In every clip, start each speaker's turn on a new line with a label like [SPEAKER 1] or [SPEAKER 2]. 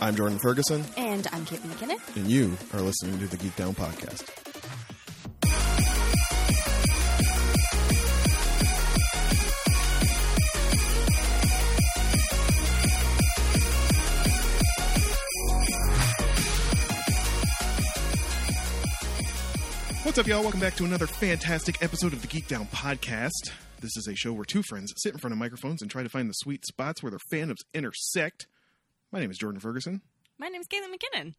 [SPEAKER 1] I'm Jordan Ferguson,
[SPEAKER 2] And I'm Kate McKinnon.
[SPEAKER 1] and you are listening to the Geek Down Podcast. What's up, y'all? Welcome back to another fantastic episode of the Geek Down Podcast. This is a show where two friends sit in front of microphones and try to find the sweet spots where their fandoms intersect. My name is Jordan Ferguson.
[SPEAKER 2] My name's Caitlin McKinnon.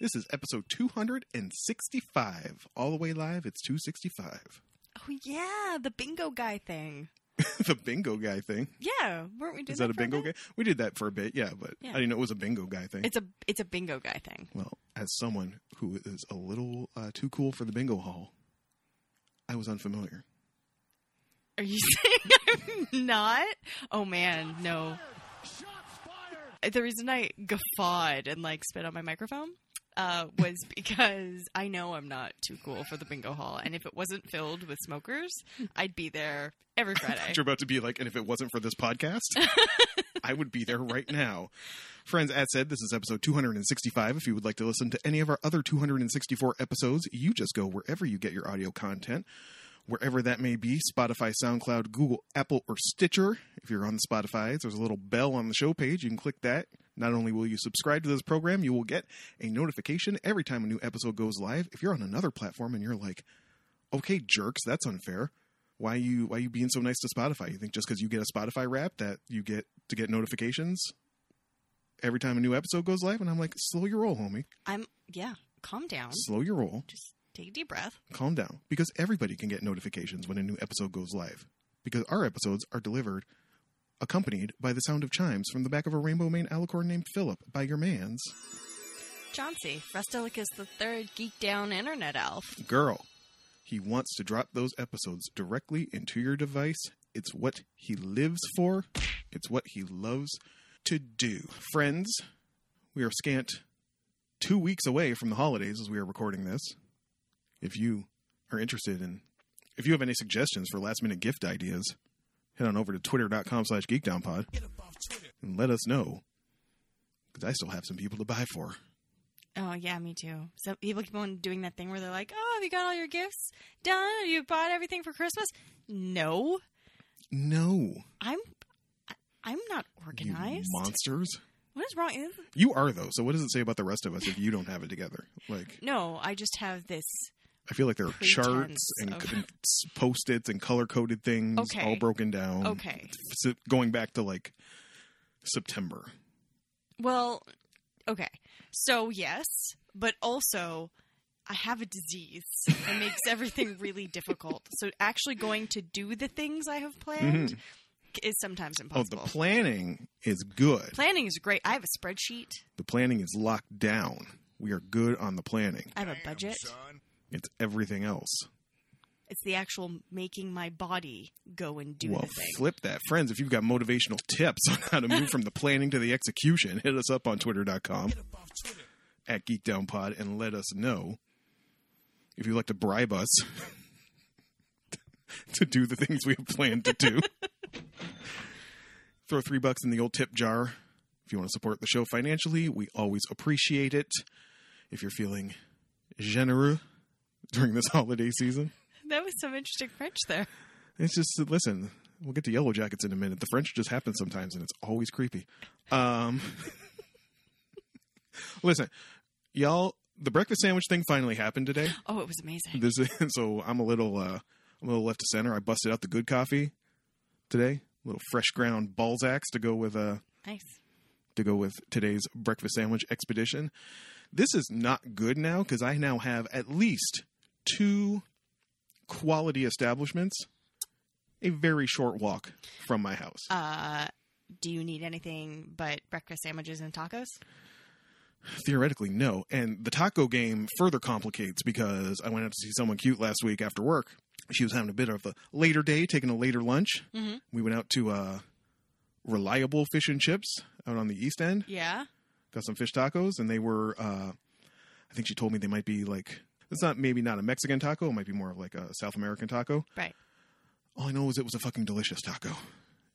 [SPEAKER 1] This is episode 265. All the way live, it's 265.
[SPEAKER 2] Oh, yeah, the bingo guy thing.
[SPEAKER 1] the bingo guy thing.
[SPEAKER 2] Yeah, weren't we doing
[SPEAKER 1] Is that a
[SPEAKER 2] for
[SPEAKER 1] bingo
[SPEAKER 2] bit?
[SPEAKER 1] guy? We did that for a bit, yeah, but
[SPEAKER 2] Yeah.
[SPEAKER 1] I didn't know it was a bingo guy thing.
[SPEAKER 2] It's a it's a bingo guy thing.
[SPEAKER 1] well, as someone who is a little uh, too cool for the bingo hall, I was unfamiliar.
[SPEAKER 2] Are you saying I'm not? Oh man, no. The reason I guffawed and like spit on my microphone uh, was because I know I'm not too cool for the bingo hall, and if it wasn't filled with smokers, I'd be there every Friday.
[SPEAKER 1] You're about to be like, and if it wasn't for this podcast, I would be there right now. Friends, as said, this is episode 265. If you would like to listen to any of our other 264 episodes, you just go wherever you get your audio content, wherever that may be Spotify, SoundCloud, Google, Apple, or Stitcher. If you're on Spotify, there's a little bell on the show page. You can click that. Not only will you subscribe to this program, you will get a notification every time a new episode goes live. If you're on another platform and you're like, okay, jerks, that's unfair why you why you being so nice to Spotify? You think just because you get a Spotify rap that you get to get notifications every time a new episode goes live? And I'm like, slow your roll, homie.
[SPEAKER 2] I'm yeah. Calm down.
[SPEAKER 1] Slow your roll.
[SPEAKER 2] Just take a deep breath.
[SPEAKER 1] Calm down. Because everybody can get notifications when a new episode goes live. Because our episodes are delivered accompanied by the sound of chimes from the back of a rainbow mane alicorn named Philip by your man's
[SPEAKER 2] Chauncey, Rustilicus the third, geek down internet elf.
[SPEAKER 1] girl. He wants to drop those episodes directly into your device. It's what he lives for, it's what he loves to do. Friends, we are scant two weeks away from the holidays as we are recording this. If you are interested in, if you have any suggestions for last minute gift ideas, head on over to twitter.com slash geekdownpod and let us know because I still have some people to buy for.
[SPEAKER 2] Oh yeah, me too. So people keep on doing that thing where they're like, "Oh, have you got all your gifts done? Have you bought everything for Christmas?" No,
[SPEAKER 1] No,
[SPEAKER 2] I'm I- I'm not
[SPEAKER 1] you
[SPEAKER 2] organized.
[SPEAKER 1] monsters.
[SPEAKER 2] what is wrong?
[SPEAKER 1] You are though. So what does it say about the rest of us if you don't have it together? Like
[SPEAKER 2] No, I just have this.
[SPEAKER 1] I feel like there are charts
[SPEAKER 2] Pretense
[SPEAKER 1] and,
[SPEAKER 2] of-
[SPEAKER 1] and post its and color coded things
[SPEAKER 2] Okay.
[SPEAKER 1] all broken down.
[SPEAKER 2] Okay.
[SPEAKER 1] S- going back to like September.
[SPEAKER 2] Well, okay. So yes, but also I have a disease that makes everything really difficult. So actually going to do the things I have planned is sometimes
[SPEAKER 1] Oh, the
[SPEAKER 2] impossible.
[SPEAKER 1] planning is good.
[SPEAKER 2] Planning is great. I have a spreadsheet.
[SPEAKER 1] the planning is locked down. We are good on the planning.
[SPEAKER 2] I have a budget.
[SPEAKER 1] It's everything else.
[SPEAKER 2] It's the actual making my body go and do
[SPEAKER 1] well,
[SPEAKER 2] the thing.
[SPEAKER 1] flip that, friends. If you've got motivational tips on how to move from the planning to the execution, hit us up on Twitter.com. at GeekDownPod and let us know if you'd like to bribe us to do the things we have planned to do. Throw three bucks in the old tip jar if you want to support the show financially. We always appreciate it. If you're feeling generous during this holiday season,
[SPEAKER 2] that was some interesting French there.
[SPEAKER 1] it's just listen. We'll get to Yellow Jackets in a minute. The French just happens sometimes, and it's always creepy. Um, listen, y'all. The breakfast sandwich thing finally happened today.
[SPEAKER 2] Oh, it was amazing.
[SPEAKER 1] This is, so I'm a little uh, I'm a little left to center. I busted out the good coffee today. A little fresh ground Balzac's to go with uh
[SPEAKER 2] Nice.
[SPEAKER 1] to go with today's breakfast sandwich expedition. This is not good now because I now have at least two quality establishments a very short walk from my house.
[SPEAKER 2] Uh, do you need anything but breakfast sandwiches and tacos?
[SPEAKER 1] Theoretically, no. And the taco game further complicates because I went out to see someone cute last week after work. She was having a bit of a later day, taking a later lunch.
[SPEAKER 2] Mhm.
[SPEAKER 1] We went out to uh, Reliable Fish and Chips out on the East End.
[SPEAKER 2] Yeah.
[SPEAKER 1] got some fish tacos and they were uh i think she told me they might be like it's not maybe not a mexican taco it might be more of like a south american taco
[SPEAKER 2] Right.
[SPEAKER 1] all i know is it was a fucking delicious taco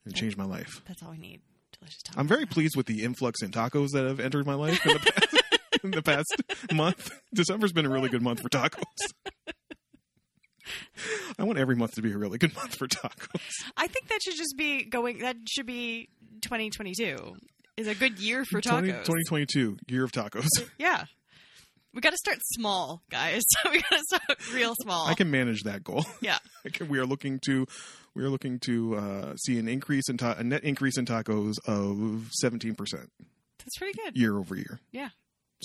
[SPEAKER 1] it changed my life
[SPEAKER 2] That's all we need. delicious tacos.
[SPEAKER 1] I'm very pleased with the influx in tacos that have entered my life in the past, in the past month. December's been a really good month for tacos. I want every month to be a really good month for tacos.
[SPEAKER 2] I think that should just be going. That should be 2022 is a good year for
[SPEAKER 1] 20
[SPEAKER 2] tacos.
[SPEAKER 1] 2022, year of tacos.
[SPEAKER 2] Yeah, we got to start small, guys. we got to start real small.
[SPEAKER 1] I can manage that goal.
[SPEAKER 2] Yeah.
[SPEAKER 1] I can- we are looking to we are looking to uh, see an increase in ta- a net increase in tacos of 17%
[SPEAKER 2] That's pretty good.
[SPEAKER 1] year over year.
[SPEAKER 2] Yeah.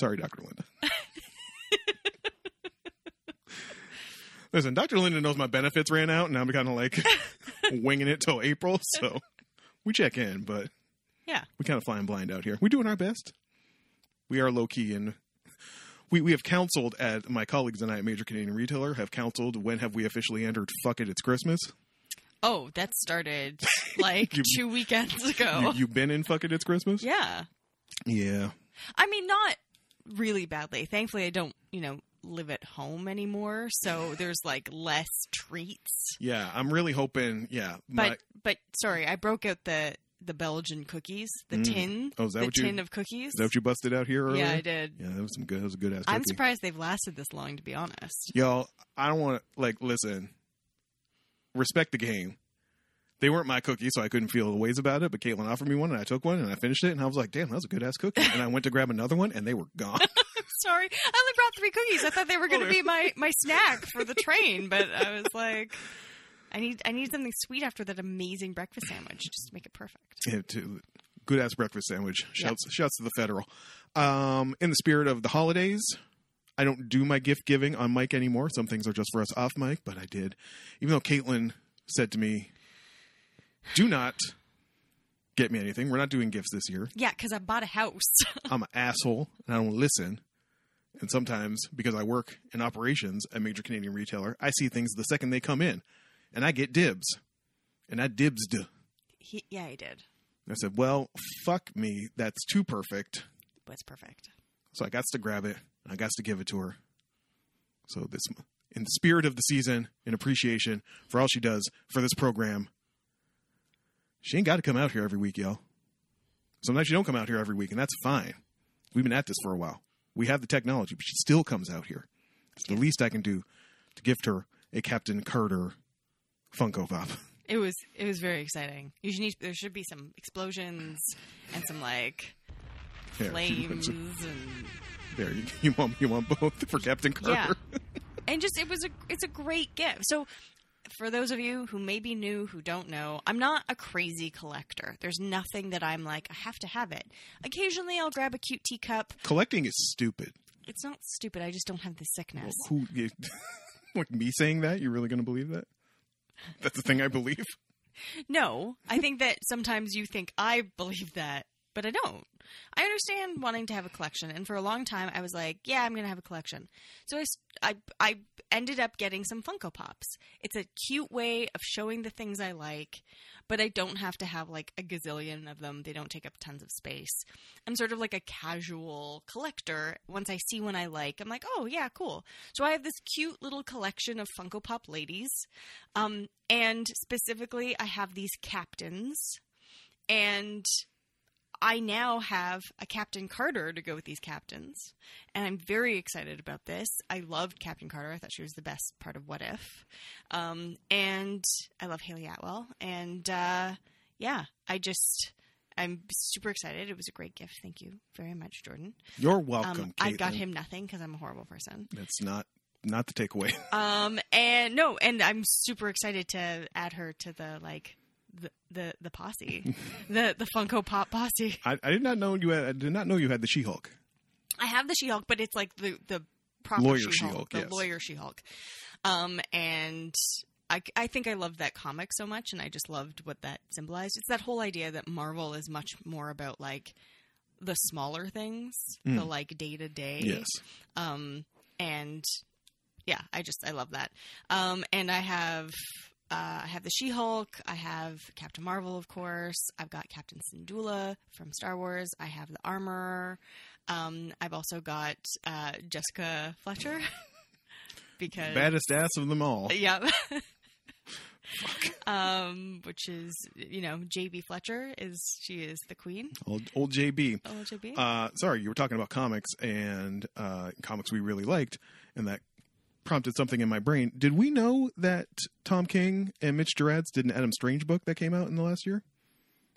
[SPEAKER 1] Sorry, Dr. Linda. Listen, Dr. Linda knows my benefits ran out, and I'm kind of like winging it till April. So we check in, but
[SPEAKER 2] Yeah.
[SPEAKER 1] we kind of flying blind out here. We're doing our best. We are low key, and we we have counseled at my colleagues and I at Major Canadian Retailer have counseled when have we officially entered? Fuck it, it's Christmas.
[SPEAKER 2] Oh, that started like
[SPEAKER 1] You-
[SPEAKER 2] two weekends ago.
[SPEAKER 1] You, you've been in fuck it, it's Christmas.
[SPEAKER 2] Oh. yeah,
[SPEAKER 1] Yeah.
[SPEAKER 2] I mean, not really badly. Thankfully, I don't. You know. Live at home anymore, so there's like less treats.
[SPEAKER 1] Yeah, I'm really hoping. Yeah,
[SPEAKER 2] But
[SPEAKER 1] my,
[SPEAKER 2] but sorry, I broke out the the Belgian cookies, the
[SPEAKER 1] Mm.
[SPEAKER 2] tin,
[SPEAKER 1] oh, is that
[SPEAKER 2] the
[SPEAKER 1] what you is
[SPEAKER 2] tin of cookies.
[SPEAKER 1] that what you busted out here earlier?
[SPEAKER 2] yeah, I did.
[SPEAKER 1] Yeah, that was some good. That was a good ass.
[SPEAKER 2] I'm
[SPEAKER 1] cookie.
[SPEAKER 2] surprised they've lasted this long, to be honest.
[SPEAKER 1] y'all. I don't want to like listen. Respect the game. They weren't my cookies, so I couldn't feel the ways about it. But Caitlin offered me one, and I took one, and I finished it, and I was like, "Damn, that was a good ass cookie." And I went to grab another one, and they were gone.
[SPEAKER 2] Sorry, I only brought three cookies. I thought they were going to
[SPEAKER 1] Well,
[SPEAKER 2] be my my snack for the train, but I was like, I need I need something sweet after that amazing breakfast sandwich just to make it perfect.
[SPEAKER 1] Yeah, to- good ass breakfast sandwich. Shouts, shouts to the federal. Um, in the spirit of the holidays, I don't do my gift giving on mic anymore. Some things are just for us off mic, but I did. Even though Caitlin said to me, "Do not get me anything. We're not doing gifts this year."
[SPEAKER 2] Yeah, because I bought a house.
[SPEAKER 1] I'm an asshole and I don't listen. And sometimes, because I work in operations at major Canadian retailer, I see things the second they come in, and I get dibs, and I dibsed. And
[SPEAKER 2] He, yeah, I did.
[SPEAKER 1] I said, "Well, fuck me, that's too perfect."
[SPEAKER 2] It was perfect.
[SPEAKER 1] So I got to grab it. And I got to give it to her. So this, in the spirit of the season, in appreciation for all she does for this program, she ain't got to come out here every week, y'all. Sometimes you don't come out here every week, and that's fine. We've been at this for a while. We have the technology, but she still comes out here. It's the least I can do to gift her a Captain Carter Funko Pop.
[SPEAKER 2] It was it was very exciting. You should need there should be some explosions and some like
[SPEAKER 1] There,
[SPEAKER 2] flames and
[SPEAKER 1] There, you, you want you want both for Captain Carter.
[SPEAKER 2] Yeah. and just it was a it's a great gift. So for those of you who may be new who don't know, I'm not a crazy collector. There's nothing that I'm like I have to have it. Occasionally I'll grab a cute teacup.
[SPEAKER 1] Collecting is stupid.
[SPEAKER 2] It's not stupid. I just don't have the sickness.
[SPEAKER 1] Well, who? You, like me saying that? You're really going to believe that? That's the thing I believe.
[SPEAKER 2] No, I think that sometimes you think I believe that, but I don't. I understand wanting to have a collection, and for a long time I was like, yeah, I'm going to have a collection. So I, s- I, I ended up getting some Funko Pops. It's a cute way of showing the things I like, but I don't have to have like a gazillion of them. They don't take up tons of space. I'm sort of like a casual collector. Once I see one I like, I'm like, oh yeah, cool. So I have this cute little collection of Funko Pop ladies. Um, and specifically, I have these captains, and I now have a Captain Carter to go with these captains, and I'm very excited about this. I loved Captain Carter; I thought she was the best part of What If, um, and I love Haley Atwell, and uh, yeah, I just. I'm super excited. It was a great gift. Thank you very much, Jordan.
[SPEAKER 1] You're welcome.
[SPEAKER 2] um, I got
[SPEAKER 1] Caitlin.
[SPEAKER 2] him nothing because I'm a horrible person.
[SPEAKER 1] That's not not the takeaway.
[SPEAKER 2] Um, and no, and I'm super excited to add her to the like the the, the posse, the the Funko Pop posse.
[SPEAKER 1] I, I did not know you. Had, I did not know you had the She-Hulk.
[SPEAKER 2] I have the She Hulk, but it's like the the proper
[SPEAKER 1] Lawyer
[SPEAKER 2] She-Hulk,
[SPEAKER 1] She-Hulk,
[SPEAKER 2] the
[SPEAKER 1] yes.
[SPEAKER 2] lawyer She Hulk. Um, and I I think I loved that comic so much, and I just loved what that symbolized. It's that whole idea that Marvel is much more about like the smaller things, the like day to day.
[SPEAKER 1] Mm. Yes.
[SPEAKER 2] um and yeah i just i love that um and i have uh, I have the She-Hulk. I have Captain Marvel, of course. I've got Captain Syndulla from Star Wars. I have the armor. Um, I've also got uh, Jessica Fletcher because
[SPEAKER 1] Baddest ass of them all.
[SPEAKER 2] yeah, um, which is you know JB Fletcher is she is the queen.
[SPEAKER 1] Old, old JB.
[SPEAKER 2] Oh, JB.
[SPEAKER 1] Uh, sorry, you were talking about comics and uh, comics we really liked, and that prompted something in my brain. Did we know that Tom King and Mitch Gerads did an Adam Strange book that came out in the last year?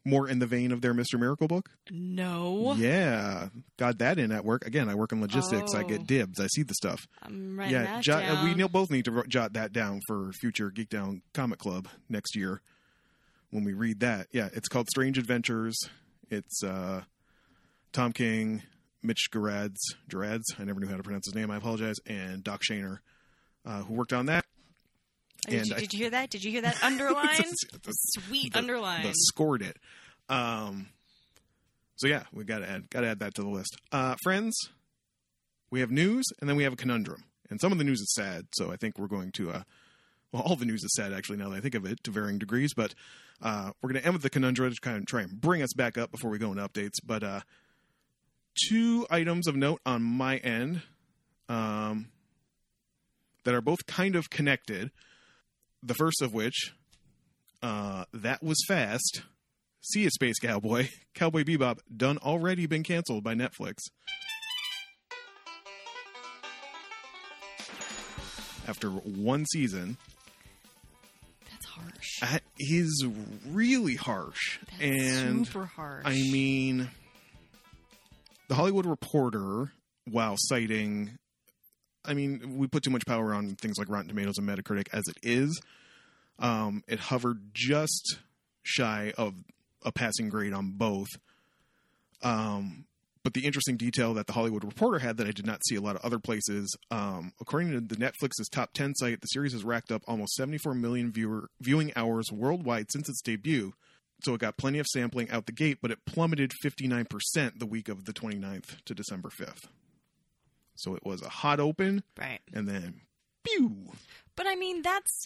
[SPEAKER 1] More in the vein of their Mr. Miracle book?
[SPEAKER 2] no,
[SPEAKER 1] Yeah. Got that in at work. Again, I work in logistics. I
[SPEAKER 2] Oh.
[SPEAKER 1] get dibs. I see the stuff.
[SPEAKER 2] I'm writing
[SPEAKER 1] yeah.
[SPEAKER 2] that
[SPEAKER 1] jot- uh,
[SPEAKER 2] down.
[SPEAKER 1] we know both need to ro- jot that down for future Geek Down Comic Club next year when we read that. Yeah. It's called Strange Adventures. It's uh, Tom King, Mitch Gerads, Gerads. I never knew how to pronounce his name. I apologize. And Doc Shaner, uh, who worked on that.
[SPEAKER 2] Did
[SPEAKER 1] and
[SPEAKER 2] you,
[SPEAKER 1] I-
[SPEAKER 2] did you hear that? Did you hear that underline?
[SPEAKER 1] The-
[SPEAKER 2] Sweet
[SPEAKER 1] the-
[SPEAKER 2] underline.
[SPEAKER 1] that scored it. Um, so yeah, we gotta add gotta add that to the list. Uh, friends, we have news, and then we have a conundrum. And some of the news is sad, so I think we're going to. Uh, well, all the news is sad, actually. Now that I think of it, to varying degrees, but uh, we're going to end with the conundrum to kind of try and bring us back up before we go into updates. But uh, two items of note on my end um, that are both kind of connected. The first of which uh, that was fast. See you, Space Cowboy. Cowboy Bebop done already been canceled by Netflix. After one season,
[SPEAKER 2] That's harsh.
[SPEAKER 1] that is really harsh.
[SPEAKER 2] That's
[SPEAKER 1] and
[SPEAKER 2] super harsh.
[SPEAKER 1] I mean, the Hollywood Reporter, while citing, I mean, we put too much power on things like Rotten Tomatoes and Metacritic as it is. Um, it hovered just shy of a passing grade on both. Um, but the interesting detail that the Hollywood Reporter had that I did not see a lot of other places, um, according to the Netflix's top ten site, the series has racked up almost 74 million viewer viewing hours worldwide since its debut so it got plenty of sampling out the gate, but it plummeted 59% the week of the 29th to December 5th. So it was a hot open
[SPEAKER 2] right.
[SPEAKER 1] and then pew.
[SPEAKER 2] But I mean, that's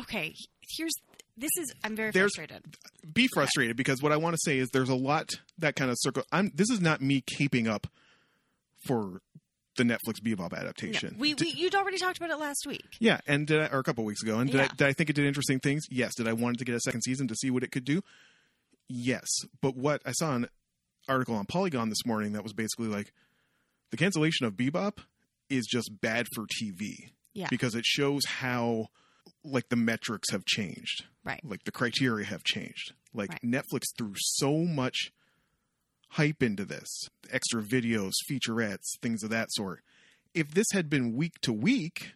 [SPEAKER 2] okay. Here's this is I'm very
[SPEAKER 1] There's-
[SPEAKER 2] frustrated.
[SPEAKER 1] Be frustrated because what I want to say is there's a lot that kind of circle. I'm this is not me caping up for the Netflix Bebop
[SPEAKER 2] No,
[SPEAKER 1] adaptation.
[SPEAKER 2] we,
[SPEAKER 1] Di-
[SPEAKER 2] we you'd already talked about it last week.
[SPEAKER 1] yeah, and did I, or a couple weeks ago, and did, I,
[SPEAKER 2] Yeah.
[SPEAKER 1] did I think it did interesting things? Yes. Did I wanted to get a second season to see what it could do? Yes. But what I saw an article on Polygon this morning that was basically like the cancellation of Bebop is just bad for TV.
[SPEAKER 2] Yeah.
[SPEAKER 1] Because it shows how like the metrics have changed.
[SPEAKER 2] Right.
[SPEAKER 1] Like the criteria have changed. Like
[SPEAKER 2] Right.
[SPEAKER 1] Netflix threw so much hype into this. Extra videos, featurettes, things of that sort. If this had been week to week,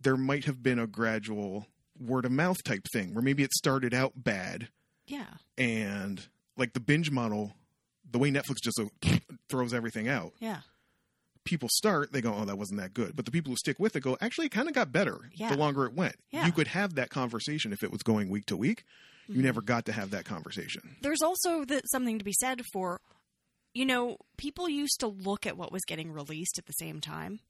[SPEAKER 1] there might have been a gradual word of mouth type thing where maybe it started out bad
[SPEAKER 2] Yeah.
[SPEAKER 1] and like the binge model, the way Netflix just uh, throws everything out,
[SPEAKER 2] Yeah.
[SPEAKER 1] people start, they go, oh, that wasn't that good. But the people who stick with it go, actually, it kind of got better
[SPEAKER 2] Yeah.
[SPEAKER 1] the longer it went.
[SPEAKER 2] Yeah.
[SPEAKER 1] You could have that conversation if it was going week to week. You
[SPEAKER 2] Mhm.
[SPEAKER 1] never got to have that conversation.
[SPEAKER 2] There's also the, something to be said for, you know, people used to look at what was getting released at the same time.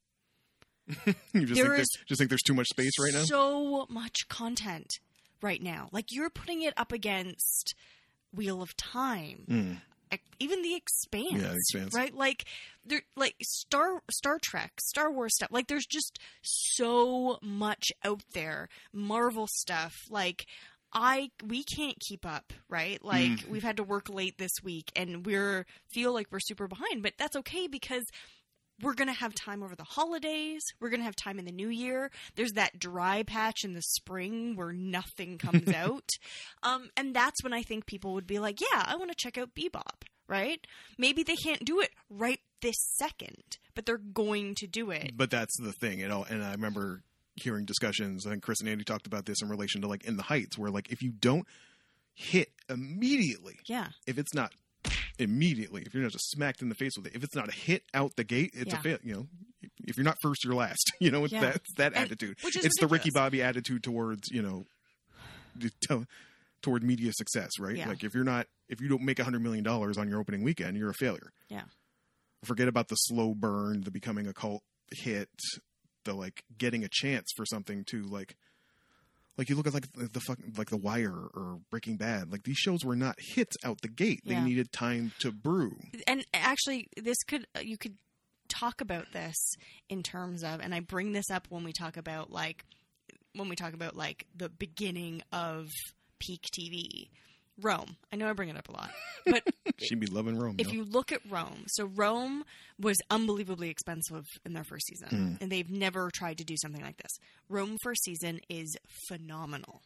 [SPEAKER 1] You just
[SPEAKER 2] There
[SPEAKER 1] think,
[SPEAKER 2] is-
[SPEAKER 1] there's, just think there's too much space right now?
[SPEAKER 2] So much content right now. Like you're putting it up against Wheel of Time,
[SPEAKER 1] Mm.
[SPEAKER 2] Ex- even The Expanse.
[SPEAKER 1] Yeah, The Expanse.
[SPEAKER 2] Right? Like there like Star Star Trek, Star Wars stuff. Like there's just so much out there. Marvel stuff. Like I we can't keep up, right? Like
[SPEAKER 1] Mm.
[SPEAKER 2] we've had to work late this week and we're feel like we're super behind, but that's okay because we're going to have time over the holidays. We're going to have time in the new year. There's that dry patch in the spring where nothing comes out. Um, and that's when I think people would be like, yeah, I want to check out Bebop, right? Maybe they can't do it right this second, but they're going to do it.
[SPEAKER 1] But that's the thing, you know, and I remember hearing discussions, and Chris and Andy talked about this in relation to like In the Heights, where like if you don't hit immediately,
[SPEAKER 2] Yeah.
[SPEAKER 1] if it's not immediately, if you're not just smacked in the face with it, if it's not a hit out the gate, it's
[SPEAKER 2] Yeah.
[SPEAKER 1] a fail. You know, if you're not first, you're last. You know, it's
[SPEAKER 2] Yeah.
[SPEAKER 1] that it's that
[SPEAKER 2] And-
[SPEAKER 1] attitude.
[SPEAKER 2] Which is
[SPEAKER 1] It's the Ricky
[SPEAKER 2] ridiculous.
[SPEAKER 1] Bobby attitude towards you know, the to- toward media success, right?
[SPEAKER 2] Yeah.
[SPEAKER 1] Like if you're not if you don't make a hundred million dollars on your opening weekend, you're a failure.
[SPEAKER 2] Yeah.
[SPEAKER 1] Forget about the slow burn, the becoming a cult hit, the like getting a chance for something to like like you look at like the, the fuck like the wire or breaking bad like these shows were not hits out the gate they
[SPEAKER 2] Yeah.
[SPEAKER 1] needed time to brew
[SPEAKER 2] and actually this could uh, you could talk about this in terms of and i bring this up when we talk about like when we talk about like the beginning of peak TV. Rome. I know I bring it up a lot, but
[SPEAKER 1] She'd be loving Rome.
[SPEAKER 2] if
[SPEAKER 1] yo.
[SPEAKER 2] you look at Rome, so Rome was unbelievably expensive in their first season,
[SPEAKER 1] Mm.
[SPEAKER 2] and they've never tried to do something like this. Rome first season is phenomenal.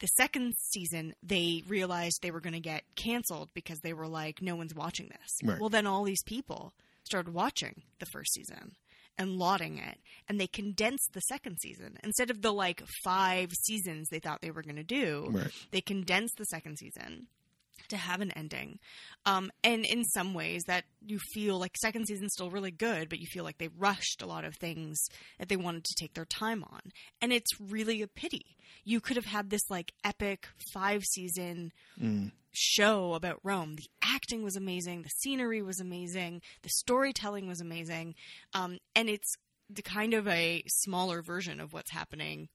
[SPEAKER 2] The second season, they realized they were going to get canceled because they were like, no one's watching this.
[SPEAKER 1] Right.
[SPEAKER 2] Well, then all these people started watching the first season and lauding it, and they condensed the second season instead of the like five seasons they thought they were going to do
[SPEAKER 1] right.
[SPEAKER 2] they condensed the second season to have an ending um, and in some ways that you feel like second season's still really good but you feel like they rushed a lot of things that they wanted to take their time on and it's really a pity you could have had this like epic five season
[SPEAKER 1] Mm.
[SPEAKER 2] show about Rome. The acting was amazing, the scenery was amazing, the storytelling was amazing, um, and it's the kind of a smaller version of what's happening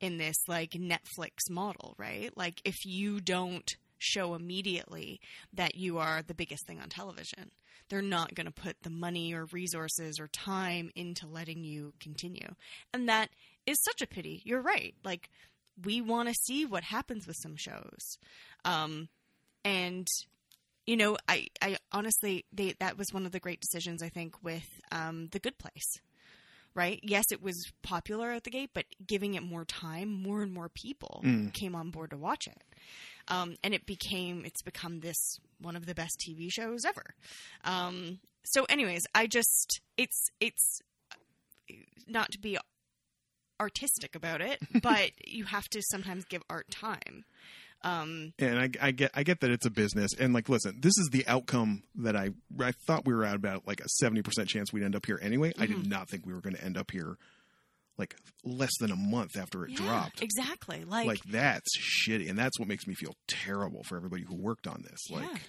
[SPEAKER 2] in this like Netflix model, right? Like if you don't show immediately that you are the biggest thing on television, they're not going to put the money or resources or time into letting you continue. And that is such a pity. You're right. Like we want to see what happens with some shows. Um, and you know i i honestly they that was one of the great decisions i think with um the good place right yes it was popular at the gate but giving it more time more and more people
[SPEAKER 1] Mm.
[SPEAKER 2] came on board to watch it um and it became it's become this one of the best tv shows ever um so anyways i just it's it's not to be artistic about it but you have to sometimes give art time um
[SPEAKER 1] and I, I get I get that it's a business and like listen this is the outcome that I I thought we were at about like a 70% chance we'd end up here anyway I
[SPEAKER 2] Mm-hmm.
[SPEAKER 1] did not think we were going to end up here like less than a month after it
[SPEAKER 2] Yeah,
[SPEAKER 1] dropped
[SPEAKER 2] Exactly.
[SPEAKER 1] like,
[SPEAKER 2] Like,
[SPEAKER 1] that's shitty and that's what makes me feel terrible for everybody who worked on this
[SPEAKER 2] yeah.
[SPEAKER 1] like
[SPEAKER 2] And-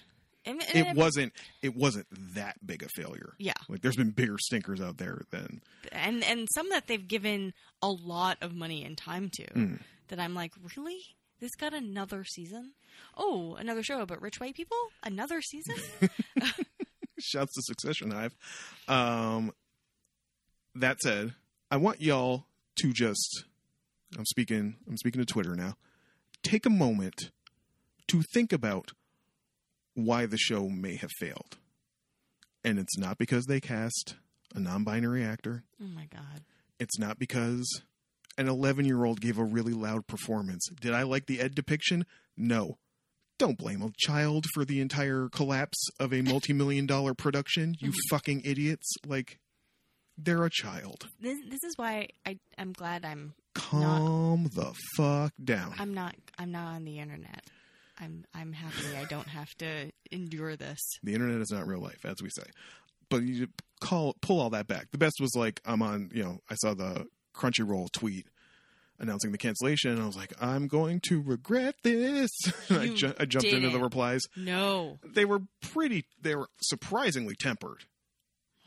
[SPEAKER 2] and
[SPEAKER 1] it wasn't it wasn't that big a failure
[SPEAKER 2] Yeah,
[SPEAKER 1] like there's been bigger stinkers out there than
[SPEAKER 2] and and some that they've given a lot of money and time to
[SPEAKER 1] Mm.
[SPEAKER 2] that I'm like, really? This got another season? Oh, another show about rich white people? Another season?
[SPEAKER 1] shouts to Succession Hive. Um, that said, I want y'all to just I'm speaking I'm speaking to Twitter now. Take a moment to think about why the show may have failed. And it's not because they cast a non-binary actor.
[SPEAKER 2] oh my god.
[SPEAKER 1] It's not because an 11-year-old gave a really loud performance. Did I like the Ed depiction? No. Don't blame a child for the entire collapse of a multi-million dollar production. You
[SPEAKER 2] Mhm.
[SPEAKER 1] fucking idiots. Like they're a child.
[SPEAKER 2] This this is why I I'm glad I'm
[SPEAKER 1] Calm the fuck down.
[SPEAKER 2] I'm not I'm not on the internet. I'm I'm happy I don't have to endure this.
[SPEAKER 1] the internet is not real life, as we say. But you call pull all that back. The best was like I'm on, you know, I saw the Crunchyroll tweet announcing the cancellation, and I was like, I'm going to regret this. And I,
[SPEAKER 2] You
[SPEAKER 1] ju- I jumped
[SPEAKER 2] did
[SPEAKER 1] into the
[SPEAKER 2] it.
[SPEAKER 1] replies.
[SPEAKER 2] No.
[SPEAKER 1] They were pretty. They were surprisingly tempered.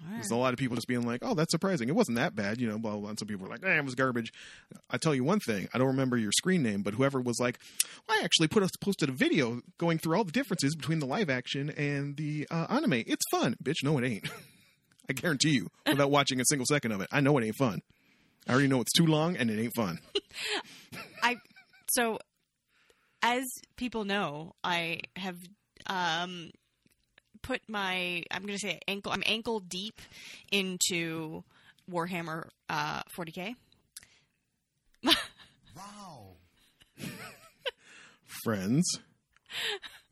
[SPEAKER 1] There's
[SPEAKER 2] Mm.
[SPEAKER 1] a lot of people just being like, "Oh, that's surprising. It wasn't that bad," you know. Blah blah. And some people were like, "Eh, it was garbage." I tell you one thing: I don't remember your screen name, but whoever was like, "I actually put a, posted a video going through all the differences between the live action and the uh, anime. It's fun, bitch. No, it ain't. I guarantee you, without watching a single second of it, I know it ain't fun. I already know it's too long and it ain't fun.
[SPEAKER 2] I so as people know, I have um put my I'm going to say ankle I'm ankle deep into Warhammer uh 40K.
[SPEAKER 3] Wow.
[SPEAKER 1] Friends,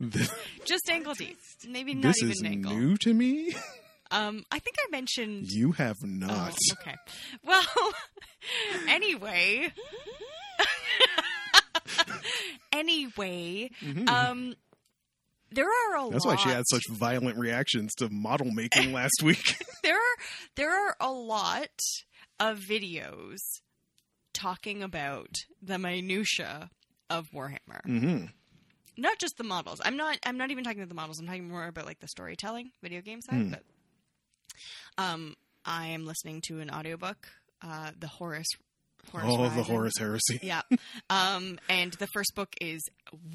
[SPEAKER 1] this,
[SPEAKER 2] Just ankle deep. Maybe not
[SPEAKER 1] this
[SPEAKER 2] even
[SPEAKER 1] is
[SPEAKER 2] an ankle.
[SPEAKER 1] new to me.
[SPEAKER 2] Um I think I mentioned
[SPEAKER 1] You have
[SPEAKER 2] Oh,
[SPEAKER 1] not.
[SPEAKER 2] okay. Well, anyway. anyway,
[SPEAKER 1] Mhm.
[SPEAKER 2] um there are a
[SPEAKER 1] That's
[SPEAKER 2] lot
[SPEAKER 1] why she had such violent reactions to model making last week.
[SPEAKER 2] there are there are a lot of videos talking about the minutia of Warhammer.
[SPEAKER 1] mm-hmm.
[SPEAKER 2] Not just the models. I'm not I'm not even talking about the models. I'm talking more about like the storytelling, video game side,
[SPEAKER 1] Hmm.
[SPEAKER 2] but um I am listening to an audiobook, uh The Horus Horus
[SPEAKER 1] Oh, the
[SPEAKER 2] Rising.
[SPEAKER 1] Horus Heresy.
[SPEAKER 2] Yeah. Um and the first book is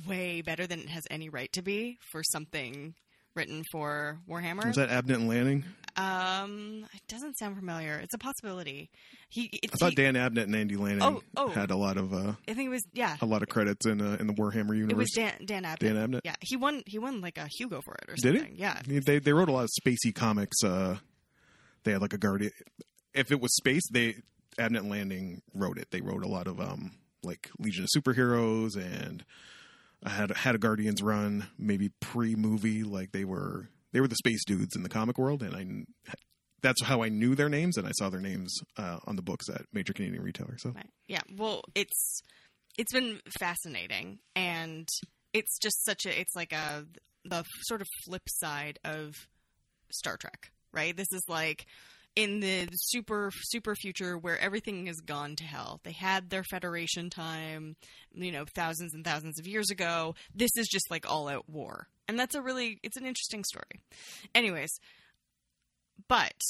[SPEAKER 2] way better than it has any right to be for something written for Warhammer.
[SPEAKER 1] Is that Abnett and Lanning?
[SPEAKER 2] Um, it doesn't sound familiar. It's a possibility. He, it's,
[SPEAKER 1] I thought
[SPEAKER 2] he-
[SPEAKER 1] Dan Abnett and Andy Lanning
[SPEAKER 2] Oh, oh.
[SPEAKER 1] had a lot of uh,
[SPEAKER 2] I think it was yeah.
[SPEAKER 1] a lot of credits in uh, in the Warhammer universe.
[SPEAKER 2] It was Dan Dan Abnett.
[SPEAKER 1] Dan Abnett.
[SPEAKER 2] Yeah, he won. He won like a Hugo for it or
[SPEAKER 1] Did he?
[SPEAKER 2] something. Yeah,
[SPEAKER 1] They they wrote a lot of spacey comics. Uh, they had like a guardian. If it was space, they Abnett and Landing wrote it. They wrote a lot of um like Legion of Superheroes and I had had a Guardians run maybe pre movie. Like they were they were the space dudes in the comic world, and I kn- that's how I knew their names, and I saw their names uh, on the books at major Canadian retailer. So
[SPEAKER 2] Right. Yeah. Well, it's it's been fascinating, and it's just such a it's like a the sort of flip side of Star Trek, right? This is like in the super super future where everything has gone to hell. They had their Federation time, you know, thousands and thousands of years ago. This is just like all out war, and that's a really it's an interesting story. Anyways, but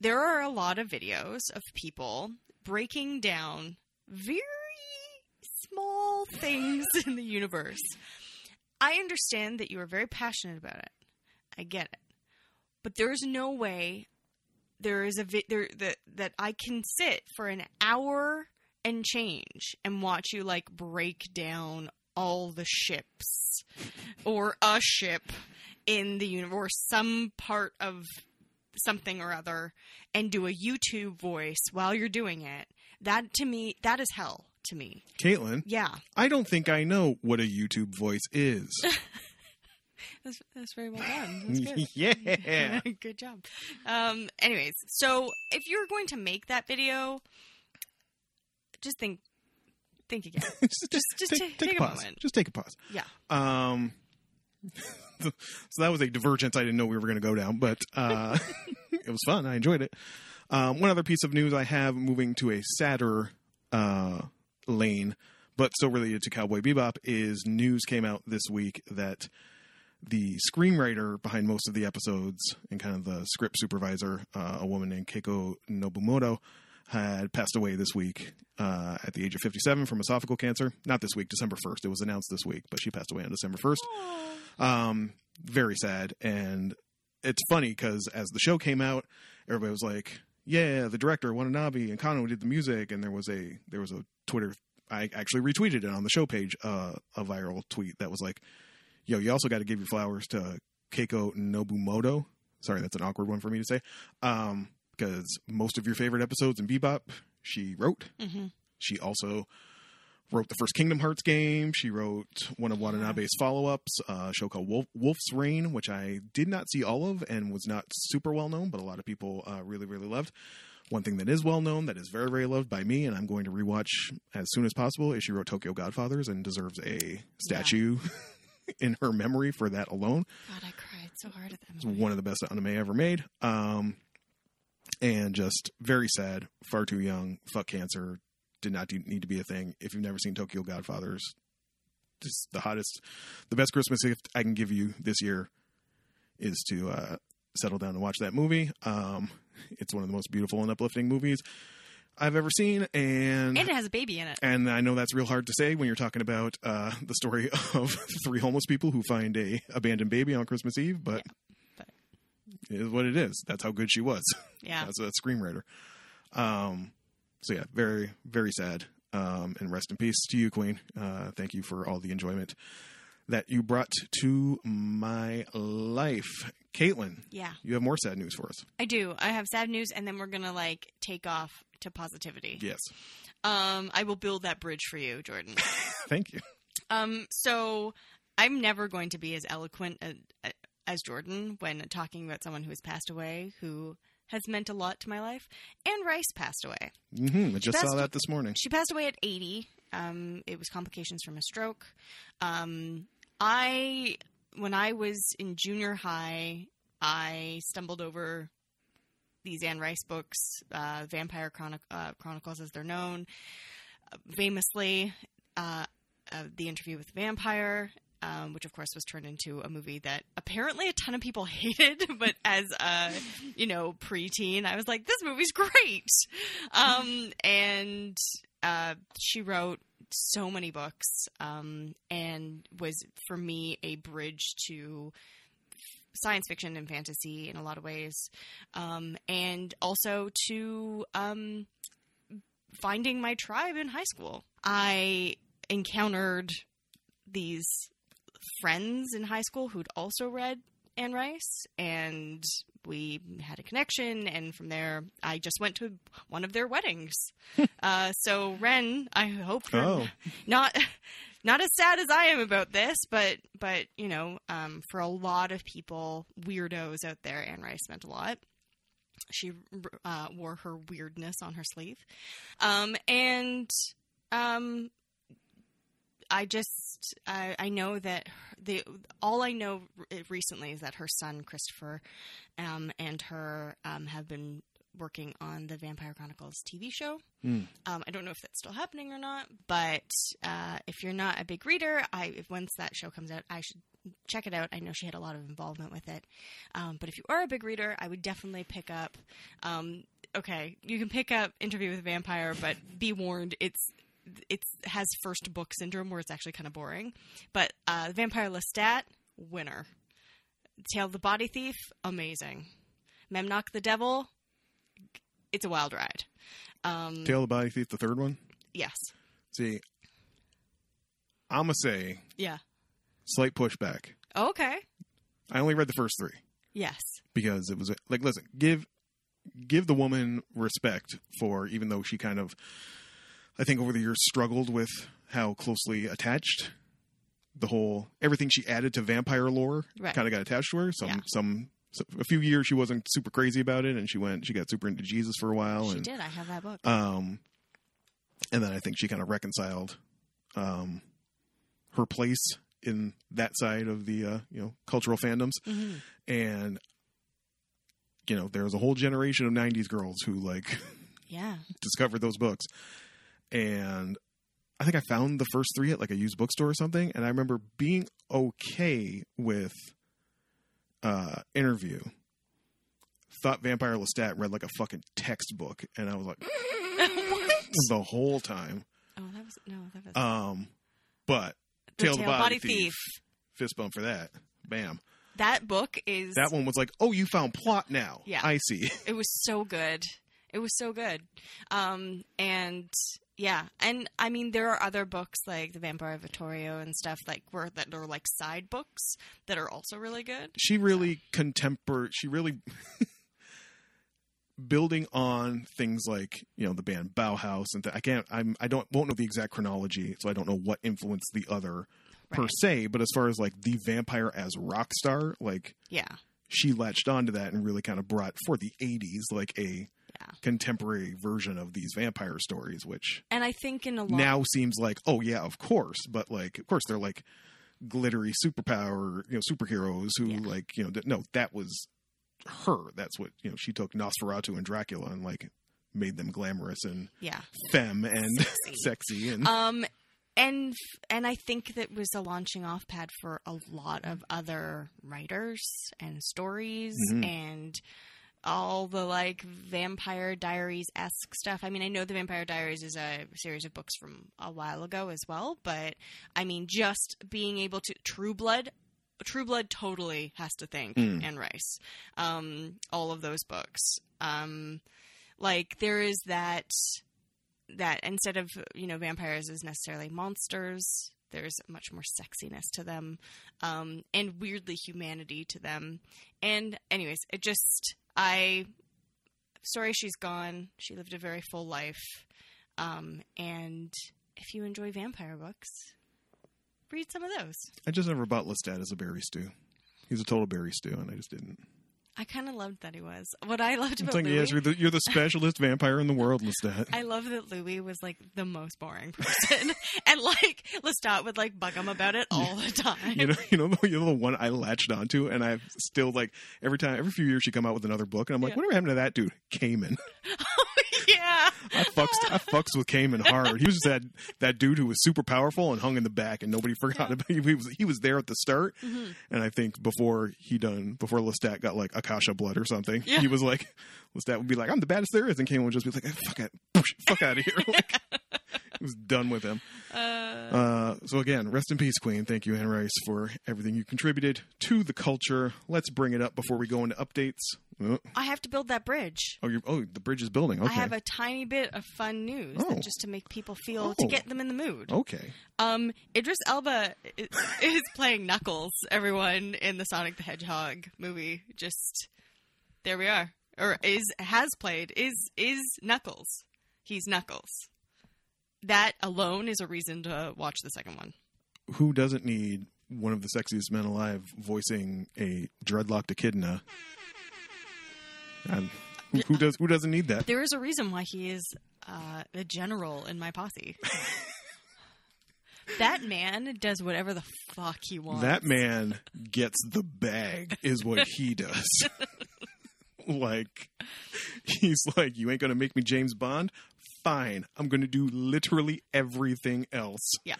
[SPEAKER 2] there are a lot of videos of people breaking down very small things in the universe. I understand that you are very passionate about it. I get it. But there is no way there is a vi- there that that I can sit for an hour and change and watch you like break down all the ships or a ship in the universe some part of something or other and do a YouTube voice while you're doing it, that to me, that is hell to me.
[SPEAKER 1] Caitlin,
[SPEAKER 2] Yeah.
[SPEAKER 1] I don't think I know what a YouTube voice is.
[SPEAKER 2] That's, that's very well done.
[SPEAKER 1] yeah.
[SPEAKER 2] good job. Um, anyways, so if you're going to make that video, just think, think again.
[SPEAKER 1] just,
[SPEAKER 2] just ta-
[SPEAKER 1] take
[SPEAKER 2] take
[SPEAKER 1] a
[SPEAKER 2] a
[SPEAKER 1] pause.
[SPEAKER 2] moment.
[SPEAKER 1] Just take a pause.
[SPEAKER 2] Yeah.
[SPEAKER 1] Um, so that was a divergence I didn't know we were going to go down, but uh, it was fun. I enjoyed it. Um, one other piece of news I have moving to a sadder uh, lane, but still related to Cowboy Bebop, is news came out this week that the screenwriter behind most of the episodes and kind of the script supervisor, uh, a woman named Keiko Nobumoto, had passed away this week uh, at the age of 57 from esophageal cancer. Not this week, December 1st. It was announced this week, but she passed away on December 1st. Um, very sad. And it's funny because as the show came out, everybody was like, "Yeah, the director Watanabe and Kano did the music," and there was a there was a Twitter. I actually retweeted it on the show page, uh, a viral tweet that was like, "Yo, you also got to give your flowers to Keiko Nobumoto." Sorry, that's an awkward one for me to say, because most of your favorite episodes in Bebop she wrote.
[SPEAKER 2] hmm
[SPEAKER 1] She also wrote the first Kingdom Hearts game. She wrote one of Watanabe's follow ups, a show called Wolf, Wolf's Reign, which I did not see all of and was not super well known, but a lot of people uh, really, really loved. One thing that is well known, that is very, very loved by me, and I'm going to rewatch as soon as possible, is she wrote Tokyo Godfathers and deserves a statue in her memory for that alone.
[SPEAKER 2] God, I cried so hard at
[SPEAKER 1] It's
[SPEAKER 2] that.
[SPEAKER 1] one of the best anime ever made. Um, and just very sad, far too young, fuck cancer, did not do, need to be a thing. If you've never seen Tokyo Godfathers, just the hottest, the best Christmas gift I can give you this year is to uh, settle down and watch that movie. Um, it's one of the most beautiful and uplifting movies I've ever seen. And
[SPEAKER 2] And it has a baby in it.
[SPEAKER 1] and I know that's real hard to say when you're talking about uh, the story of three homeless people who find a abandoned baby on Christmas Eve, but,
[SPEAKER 2] but-
[SPEAKER 1] it is what it is. That's how good she was
[SPEAKER 2] Yeah.
[SPEAKER 1] as a screenwriter. Um, so yeah, very very sad. Um, and rest in peace to you, Queen. Uh, thank you for all the enjoyment that you brought to my life, Caitlin.
[SPEAKER 2] Yeah.
[SPEAKER 1] You have more sad news for us.
[SPEAKER 2] I do. I have sad news, and then we're gonna like take off to positivity.
[SPEAKER 1] Yes,
[SPEAKER 2] Um, I will build that bridge for you, Jordan.
[SPEAKER 1] thank you.
[SPEAKER 2] Um, so I'm never going to be as eloquent as, as Jordan when talking about someone who has passed away, who has meant a lot to my life. Anne Rice passed away.
[SPEAKER 1] hmm I just
[SPEAKER 2] Best-
[SPEAKER 1] saw that this morning.
[SPEAKER 2] She passed away at 80. Um, it was complications from a stroke. Um, I, when I was in junior high, I stumbled over these Anne Rice books, uh, Vampire Chronic- uh, Chronicles, as they're known, uh, famously, uh, uh, The Interview with the Vampire. Um, which of course was turned into a movie that apparently a ton of people hated, but as a you know preteen, I was like, "This movie's great." um, and uh, she wrote so many books um, and was for me a bridge to science fiction and fantasy in a lot of ways, um, and also to um, finding my tribe in high school. I encountered these friends in high school who'd also read Anne Rice, and we had a connection. And from there, I just went to one of their weddings. uh, so Ren, I hope you're
[SPEAKER 1] Oh.
[SPEAKER 2] not not as sad as I am about this, but but you know, um, for a lot of people, weirdos out there, Anne Rice meant a lot. She uh, wore her weirdness on her sleeve, um, and um, I just I, I know that her- the all I know re- recently is that her son Christopher um, and her um, have been working on the Vampire Chronicles TV show.
[SPEAKER 1] Hmm.
[SPEAKER 2] Um, I don't know if that's still happening or not, but uh, if you're not a big reader, I if once that show comes out, I should check it out. I know she had a lot of involvement with it, um, but if you are a big reader, I would definitely pick up. Um, okay, you can pick up Interview with a Vampire, but be warned, it's it has first book syndrome where it's actually kind of boring. But uh, Vampire Lestat, winner. Tale of the Body Thief, amazing. Memnock the Devil, it's a wild ride. Um,
[SPEAKER 1] Tale of the Body Thief, the third one.
[SPEAKER 2] yes.
[SPEAKER 1] See, I'm going to say
[SPEAKER 2] Yeah. Oh,
[SPEAKER 1] slight pushback.
[SPEAKER 2] Okay.
[SPEAKER 1] I only read the first three
[SPEAKER 2] Yes.
[SPEAKER 1] because it was like, listen, give give the woman respect for even though she kind of, I think over the years struggled with how closely attached the whole everything she added to vampire lore
[SPEAKER 2] Right.
[SPEAKER 1] kind of got attached to her. Some
[SPEAKER 2] Yeah.
[SPEAKER 1] some. So a few years she wasn't super crazy about it, and she went. She got super into Jesus for a while, Oh,
[SPEAKER 2] She
[SPEAKER 1] and
[SPEAKER 2] did. I have that book.
[SPEAKER 1] Um, and then I think she kind of reconciled um, her place in that side of the uh, you know cultural fandoms,
[SPEAKER 2] hmm
[SPEAKER 1] and you know there was a whole generation of '90s girls who like
[SPEAKER 2] Yeah.
[SPEAKER 1] discovered those books, and I think I found the first three at like a used bookstore or something, and I remember being okay with uh, interview. Thought Vampire Lestat read like a fucking textbook, and I was like,
[SPEAKER 2] what?
[SPEAKER 1] the whole time.
[SPEAKER 2] Oh, that was no. That was
[SPEAKER 1] Um, but Tale of the Body Thief. fist bump for that. Bam.
[SPEAKER 2] That book is
[SPEAKER 1] That one was like, oh, you found plot now.
[SPEAKER 2] Yeah.
[SPEAKER 1] I see.
[SPEAKER 2] It was so good. It was so good. Um, and yeah, and I mean, there are other books like The Vampire Vittorio and stuff like where that are like side books that are also really good.
[SPEAKER 1] She really contempor. She really building on things like you know the band Bauhaus and th- I can't. I'm. I don't. Won't know the exact chronology, so I don't know what influenced the other per
[SPEAKER 2] Right.
[SPEAKER 1] se. But as far as like the vampire as rock star, like
[SPEAKER 2] Yeah,
[SPEAKER 1] she latched onto that and really kind of brought for the 80s like a
[SPEAKER 2] Yeah.
[SPEAKER 1] contemporary version of these vampire stories, which
[SPEAKER 2] and I think in a lot.
[SPEAKER 1] now seems like oh yeah of course but like of course they're like glittery superpower you know superheroes who
[SPEAKER 2] Yeah.
[SPEAKER 1] like you know th- no that was her that's what you know she took nosferatu and dracula and like made them glamorous and
[SPEAKER 2] yeah.
[SPEAKER 1] femme and
[SPEAKER 2] Sexy.
[SPEAKER 1] sexy, and
[SPEAKER 2] Um, and and I think that was a launching off pad for a lot of other writers and stories
[SPEAKER 1] Mhm.
[SPEAKER 2] and all the like Vampire Diaries esque stuff. I mean, I know the Vampire Diaries is a series of books from a while ago as well, but I mean, just being able to True Blood. True Blood totally has to thank
[SPEAKER 1] Mm.
[SPEAKER 2] Anne Rice. Um, all of those books. Um, like there is that that instead of you know vampires as necessarily monsters there's much more sexiness to them um, and weirdly humanity to them and anyways it just i sorry she's gone she lived a very full life um, and if you enjoy vampire books read some of those
[SPEAKER 1] i just never bought lestat as a berry stew he's a total berry stew and i just didn't
[SPEAKER 2] i kind of loved that he was what i loved
[SPEAKER 1] it's
[SPEAKER 2] about
[SPEAKER 1] like
[SPEAKER 2] Louis,
[SPEAKER 1] yes you're the, you're the specialist vampire in the world lestat
[SPEAKER 2] I love that Louis was like the most boring person, and like Lestat would like bug him about it all the time.
[SPEAKER 1] You know, you know, the, you know the one I latched onto, and I've still like every time, every few years she come out with another book, and I'm like,
[SPEAKER 2] Yeah.
[SPEAKER 1] whatever happened to that dude, Cayman?
[SPEAKER 2] yeah.
[SPEAKER 1] I fucks, I fucks with Cayman hard. He was just that that dude who was super powerful and hung in the back, and nobody forgot about. Him. He was he was there at the start,
[SPEAKER 2] Mhm.
[SPEAKER 1] and I think before he done before Lestat got like Akasha blood or something,
[SPEAKER 2] Yeah.
[SPEAKER 1] he was "Eh, like Lestat would be like, I'm the baddest there is, and Cayman would just be like, fuck it, Poosh, fuck out of here. Like, was done with him.
[SPEAKER 2] Uh,
[SPEAKER 1] Uh, so again, rest in peace, Queen. Thank you, Anne Rice, for everything you contributed to the culture. Let's bring it up before we go into updates. Oh,
[SPEAKER 2] I have to build that bridge.
[SPEAKER 1] oh, you're, oh the bridge is building. Okay.
[SPEAKER 2] I have a tiny bit of fun news
[SPEAKER 1] Oh.
[SPEAKER 2] that just to make people feel to
[SPEAKER 1] Oh.
[SPEAKER 2] get them in the mood.
[SPEAKER 1] okay.
[SPEAKER 2] Um, Idris Elba is, is playing Knuckles. Everyone in the Sonic the Hedgehog movie. Just there we are. Or is has played is is Knuckles. He's Knuckles. That alone is a reason to watch the second one.
[SPEAKER 1] Who doesn't need one of the sexiest men alive voicing a dreadlocked echidna? Um, who, who does? Who doesn't need that?
[SPEAKER 2] There is a reason why he is uh, a general in my posse. that man does whatever the fuck he wants.
[SPEAKER 1] That man gets the bag, is what he does. like, he's like, you ain't going to make me James Bond? Fine. I'm going to do literally everything else.
[SPEAKER 2] Yeah.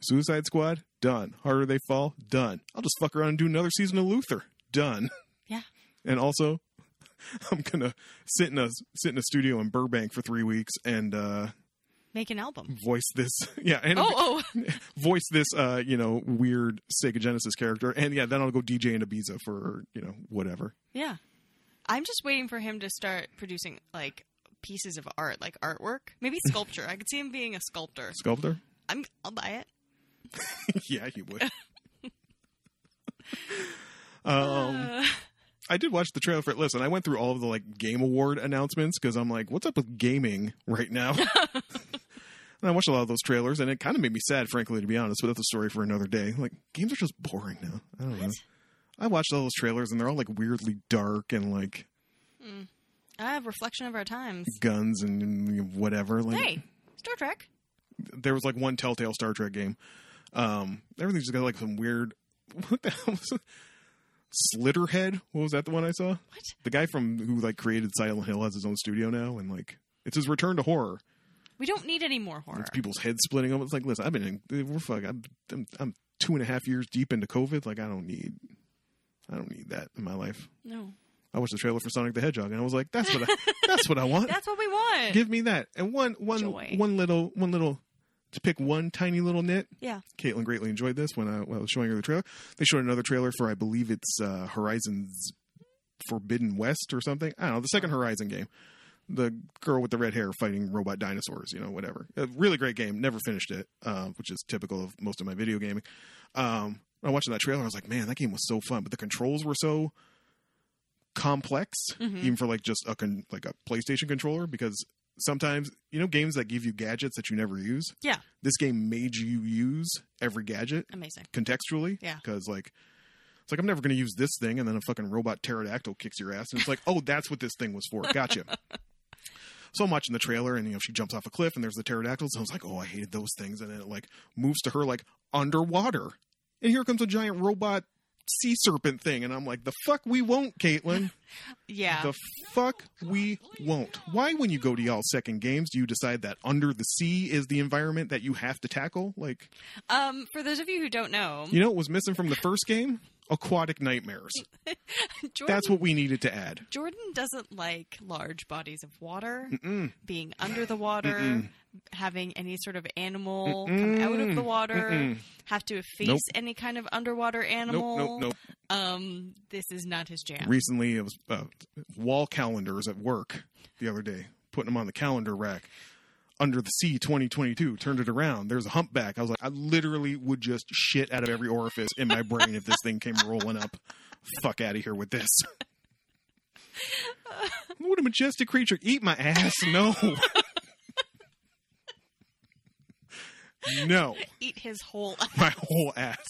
[SPEAKER 1] Suicide Squad? Done. Harder They Fall? Done. I'll just fuck around and do another season of Luther. Done.
[SPEAKER 2] Yeah.
[SPEAKER 1] And also, I'm gonna sit in a sit in a studio in Burbank for three weeks and uh,
[SPEAKER 2] Make an album.
[SPEAKER 1] voice this. Yeah, and
[SPEAKER 2] Oh, oh,
[SPEAKER 1] voice this uh you know weird Sega Genesis character and yeah then I'll go DJ in Ibiza for you know whatever
[SPEAKER 2] yeah. I'm just waiting for him to start producing like pieces of art, like artwork, maybe sculpture. I could see him being a sculptor.
[SPEAKER 1] sculptor
[SPEAKER 2] I'm, I'll buy it.
[SPEAKER 1] yeah he would um
[SPEAKER 2] Uh,
[SPEAKER 1] I did watch the trailer for it listen I went through all of the like game award announcements because I'm like what's up with gaming right now and I watched a lot of those trailers and it kind of made me sad frankly to be honest but that's a story for another day like games are just boring now I don't know
[SPEAKER 2] What?
[SPEAKER 1] I watched all those trailers and they're all like weirdly dark and like
[SPEAKER 2] ah, reflection of our times.
[SPEAKER 1] guns and, and whatever like
[SPEAKER 2] Hey, Star Trek.
[SPEAKER 1] there was like one Telltale Star Trek game. Um, everything's just got like some weird. What the hell was it? Slitterhead? What was that? The one I saw.
[SPEAKER 2] What?
[SPEAKER 1] The guy from who like created Silent Hill has his own studio now, and like it's his return to horror.
[SPEAKER 2] We don't need any more horror.
[SPEAKER 1] It's people's heads splitting open. It's like, listen, I've been in. We're fuck. I'm, I'm I'm two and a half years deep into COVID. Like I don't need. I don't need that in my life.
[SPEAKER 2] No,
[SPEAKER 1] I watched the trailer for Sonic the Hedgehog, and I was like, that's what I, that's what I want.
[SPEAKER 2] that's what we want.
[SPEAKER 1] Give me that. And one one
[SPEAKER 2] Joy.
[SPEAKER 1] one little one little to pick one tiny little nit.
[SPEAKER 2] yeah.
[SPEAKER 1] Caitlin greatly enjoyed this when I, when I was showing her the trailer. They showed another trailer for, I believe it's uh, Horizons Forbidden West or something. I don't know, the second
[SPEAKER 2] Oh.
[SPEAKER 1] Horizon game. The girl with the red hair fighting robot dinosaurs, you know, whatever. A really great game. Never finished it, uh, which is typical of most of my video gaming. Um, when I watched that trailer. I was like, man, that game was so fun, but the controls were so complex,
[SPEAKER 2] Mhm.
[SPEAKER 1] even for like just a con- like a PlayStation controller, because sometimes you know games that give you gadgets that you never use.
[SPEAKER 2] Yeah.
[SPEAKER 1] this game made you use every gadget
[SPEAKER 2] Amazing.
[SPEAKER 1] contextually.
[SPEAKER 2] Yeah.
[SPEAKER 1] because like. It's like I'm never going to use this thing, and then a fucking robot pterodactyl kicks your ass, and it's like, oh, that's what this thing was for. Gotcha. so I'm watching the trailer, and you know she jumps off a cliff, and there's the pterodactyls. And I was like, oh, I hated those things, and then it like moves to her like underwater, and here comes a giant robot sea serpent thing, and I'm like, the fuck we won't, Caitlin.
[SPEAKER 2] Yeah.
[SPEAKER 1] The fuck we won't. Why, when you go to y'all second games, do you decide that under the sea is the environment that you have to tackle? Like,
[SPEAKER 2] Um, for those of you who don't know,
[SPEAKER 1] you know what was missing from the first game? Aquatic nightmares.
[SPEAKER 2] Jordan,
[SPEAKER 1] That's what we needed to add.
[SPEAKER 2] Jordan doesn't like large bodies of water,
[SPEAKER 1] Mm-mm.
[SPEAKER 2] being under the water,
[SPEAKER 1] Mm-mm.
[SPEAKER 2] having any sort of animal come out of the
[SPEAKER 1] Mm-mm.
[SPEAKER 2] water,
[SPEAKER 1] Mm-mm.
[SPEAKER 2] have to face
[SPEAKER 1] Nope.
[SPEAKER 2] any kind of underwater
[SPEAKER 1] Nope,
[SPEAKER 2] animal.
[SPEAKER 1] nope, nope.
[SPEAKER 2] Um, this is not his jam.
[SPEAKER 1] Recently, it was uh, wall calendars at work the other day, putting them on the calendar rack. Under the sea 2022, turned it around. There's a humpback. I was like, I literally would just shit out of every orifice in my brain if this thing came rolling up. Fuck out of here with this. What a majestic creature. Eat my ass. No. no
[SPEAKER 2] Eat his whole.
[SPEAKER 1] my whole ass.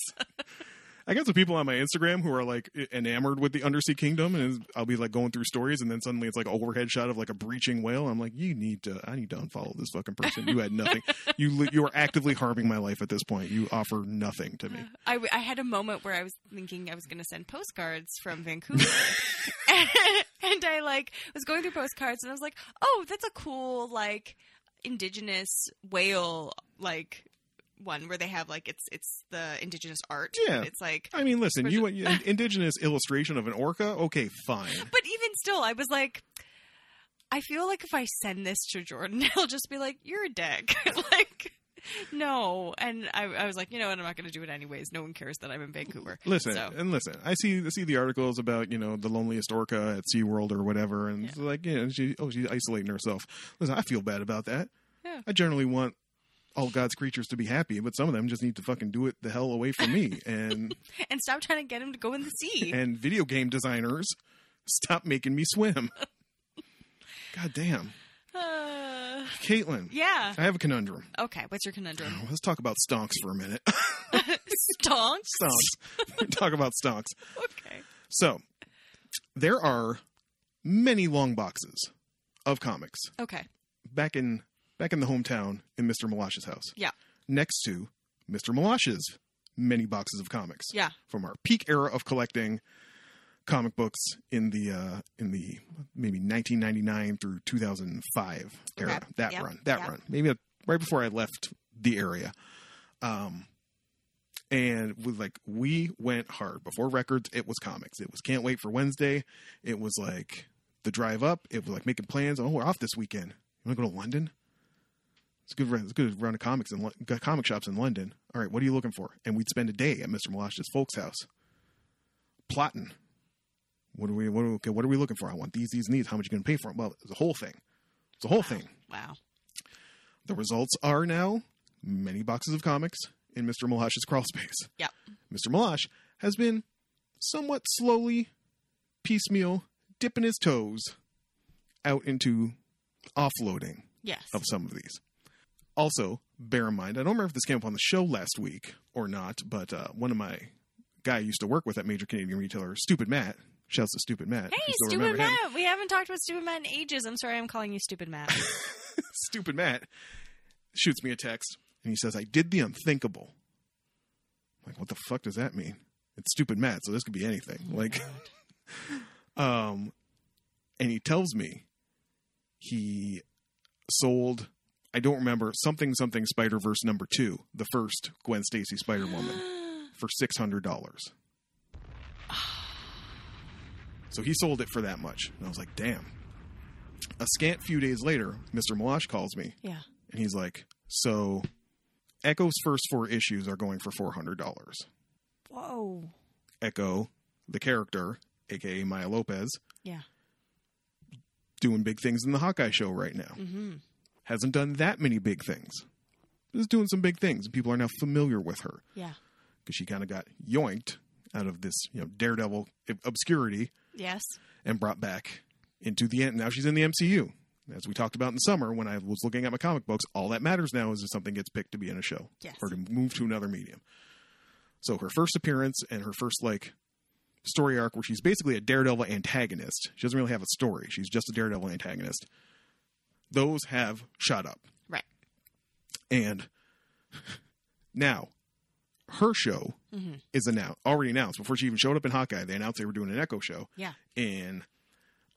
[SPEAKER 1] I got some people on my Instagram who are like e-, enamored with the Undersea Kingdom, and I'll be like going through stories, and then suddenly it's like overhead shot of like a breaching whale. I'm like, you need to, I need to unfollow this fucking person. You had nothing. you li- you are actively harming my life at this point. You offer nothing to me.
[SPEAKER 2] I, I had a moment where I was thinking I was going to send postcards from Vancouver. and, I like was going through postcards and I was like, "Oh, that's a cool like indigenous whale like one where they have like it's it's the indigenous art.
[SPEAKER 1] Yeah.
[SPEAKER 2] It's like
[SPEAKER 1] I mean, listen, you you- an indigenous illustration of an orca? Okay, fine.
[SPEAKER 2] but even still I was like I feel like if I send this to Jordan, he'll just be like, "You're a dick." like, no. And I, I was like, you know what? I'm not going to do it anyways. No one cares that I'm in Vancouver.
[SPEAKER 1] Listen
[SPEAKER 2] So-
[SPEAKER 1] and listen. I see I see the articles about you know the loneliest orca at SeaWorld or whatever, and it's like you know she oh she's isolating herself. Listen, I feel bad about that.
[SPEAKER 2] Yeah.
[SPEAKER 1] I generally want all God's creatures to be happy, but some of them just need to fucking do it the hell away from me. And
[SPEAKER 2] and stop trying to get him to go in the sea.
[SPEAKER 1] and video game designers, stop making me swim. God damn,
[SPEAKER 2] Uh,
[SPEAKER 1] Caitlin.
[SPEAKER 2] yeah.
[SPEAKER 1] I have a conundrum.
[SPEAKER 2] Okay. What's your conundrum?
[SPEAKER 1] Let's talk about stonks for a minute.
[SPEAKER 2] Stonks.
[SPEAKER 1] stonks. talk about stonks.
[SPEAKER 2] Okay.
[SPEAKER 1] So there are many long boxes of comics
[SPEAKER 2] Okay.
[SPEAKER 1] back in back in the hometown in Mr. Malash's house.
[SPEAKER 2] Yeah.
[SPEAKER 1] Next to Mr. Malash's many boxes of comics
[SPEAKER 2] Yeah.
[SPEAKER 1] from our peak era of collecting comic books in the uh in the maybe 1999 through 2005 era
[SPEAKER 2] Okay.
[SPEAKER 1] that
[SPEAKER 2] Yeah.
[SPEAKER 1] run that
[SPEAKER 2] Yeah.
[SPEAKER 1] run maybe right before i left the area um and we like we went hard before records it was comics it was can't wait for wednesday it was like the drive up it was like making plans oh we're off this weekend you want to go to london it's a good run. It's a good round of comics and comic shops in London. All right, what are you looking for? And we'd spend a day at Mr. Malash's folks' house, plotting. What are we? What are we, okay, What are we looking for? I want these, these, and these. How much you going to pay for them? Well, it's a whole thing. It's a whole thing.
[SPEAKER 2] Wow.
[SPEAKER 1] The results are now many boxes of comics in Mr. Malash's crawl space.
[SPEAKER 2] Yep.
[SPEAKER 1] Mr. Malash has been somewhat slowly, piecemeal, dipping his toes out into offloading
[SPEAKER 2] Yes.
[SPEAKER 1] of some of these. Also, bear in mind, I don't remember if this came up on the show last week or not, but uh, one of my guy I used to work with at Major Canadian Retailer, Stupid Matt, shouts to Stupid Matt.
[SPEAKER 2] Hey,
[SPEAKER 1] you still
[SPEAKER 2] stupid
[SPEAKER 1] remember him.
[SPEAKER 2] Matt. We haven't talked about stupid Matt in ages. I'm sorry, I'm calling you stupid Matt.
[SPEAKER 1] Stupid Matt shoots me a text and he says, I did the unthinkable. I'm like, what the fuck does that mean? It's stupid Matt, so this could be anything. Like, um, and he tells me he sold, I don't remember, something, something Spider Verse number two, the first Gwen Stacy Spider Woman, for $600. So he sold it for that much. And I was like, damn. A scant few days later, Mr. Malash calls me
[SPEAKER 2] yeah.
[SPEAKER 1] and he's like, so Echo's first four issues are going for $400.
[SPEAKER 2] Whoa.
[SPEAKER 1] Echo, the character, aka Maya Lopez,
[SPEAKER 2] Yeah.
[SPEAKER 1] doing big things in the Hawkeye show right now.
[SPEAKER 2] Mm-hmm.
[SPEAKER 1] Hasn't done that many big things. but Is doing some big things. and People are now familiar with her
[SPEAKER 2] Yeah.
[SPEAKER 1] because she kind of got yoinked out of this, you know, daredevil obscurity
[SPEAKER 2] Yes.
[SPEAKER 1] and brought back into the end. Now she's in the MCU. As we talked about in the summer when I was looking at my comic books, all that matters now is if something gets picked to be in a show
[SPEAKER 2] Yes.
[SPEAKER 1] or to move to another medium. So her first appearance and her first like story arc where she's basically a daredevil antagonist. She doesn't really have a story. She's just a daredevil antagonist. Those have shot up.
[SPEAKER 2] Right.
[SPEAKER 1] And now her show
[SPEAKER 2] Mhm.
[SPEAKER 1] is announced already announced before she even showed up in Hawkeye. They announced they were doing an Echo show
[SPEAKER 2] Yeah.
[SPEAKER 1] in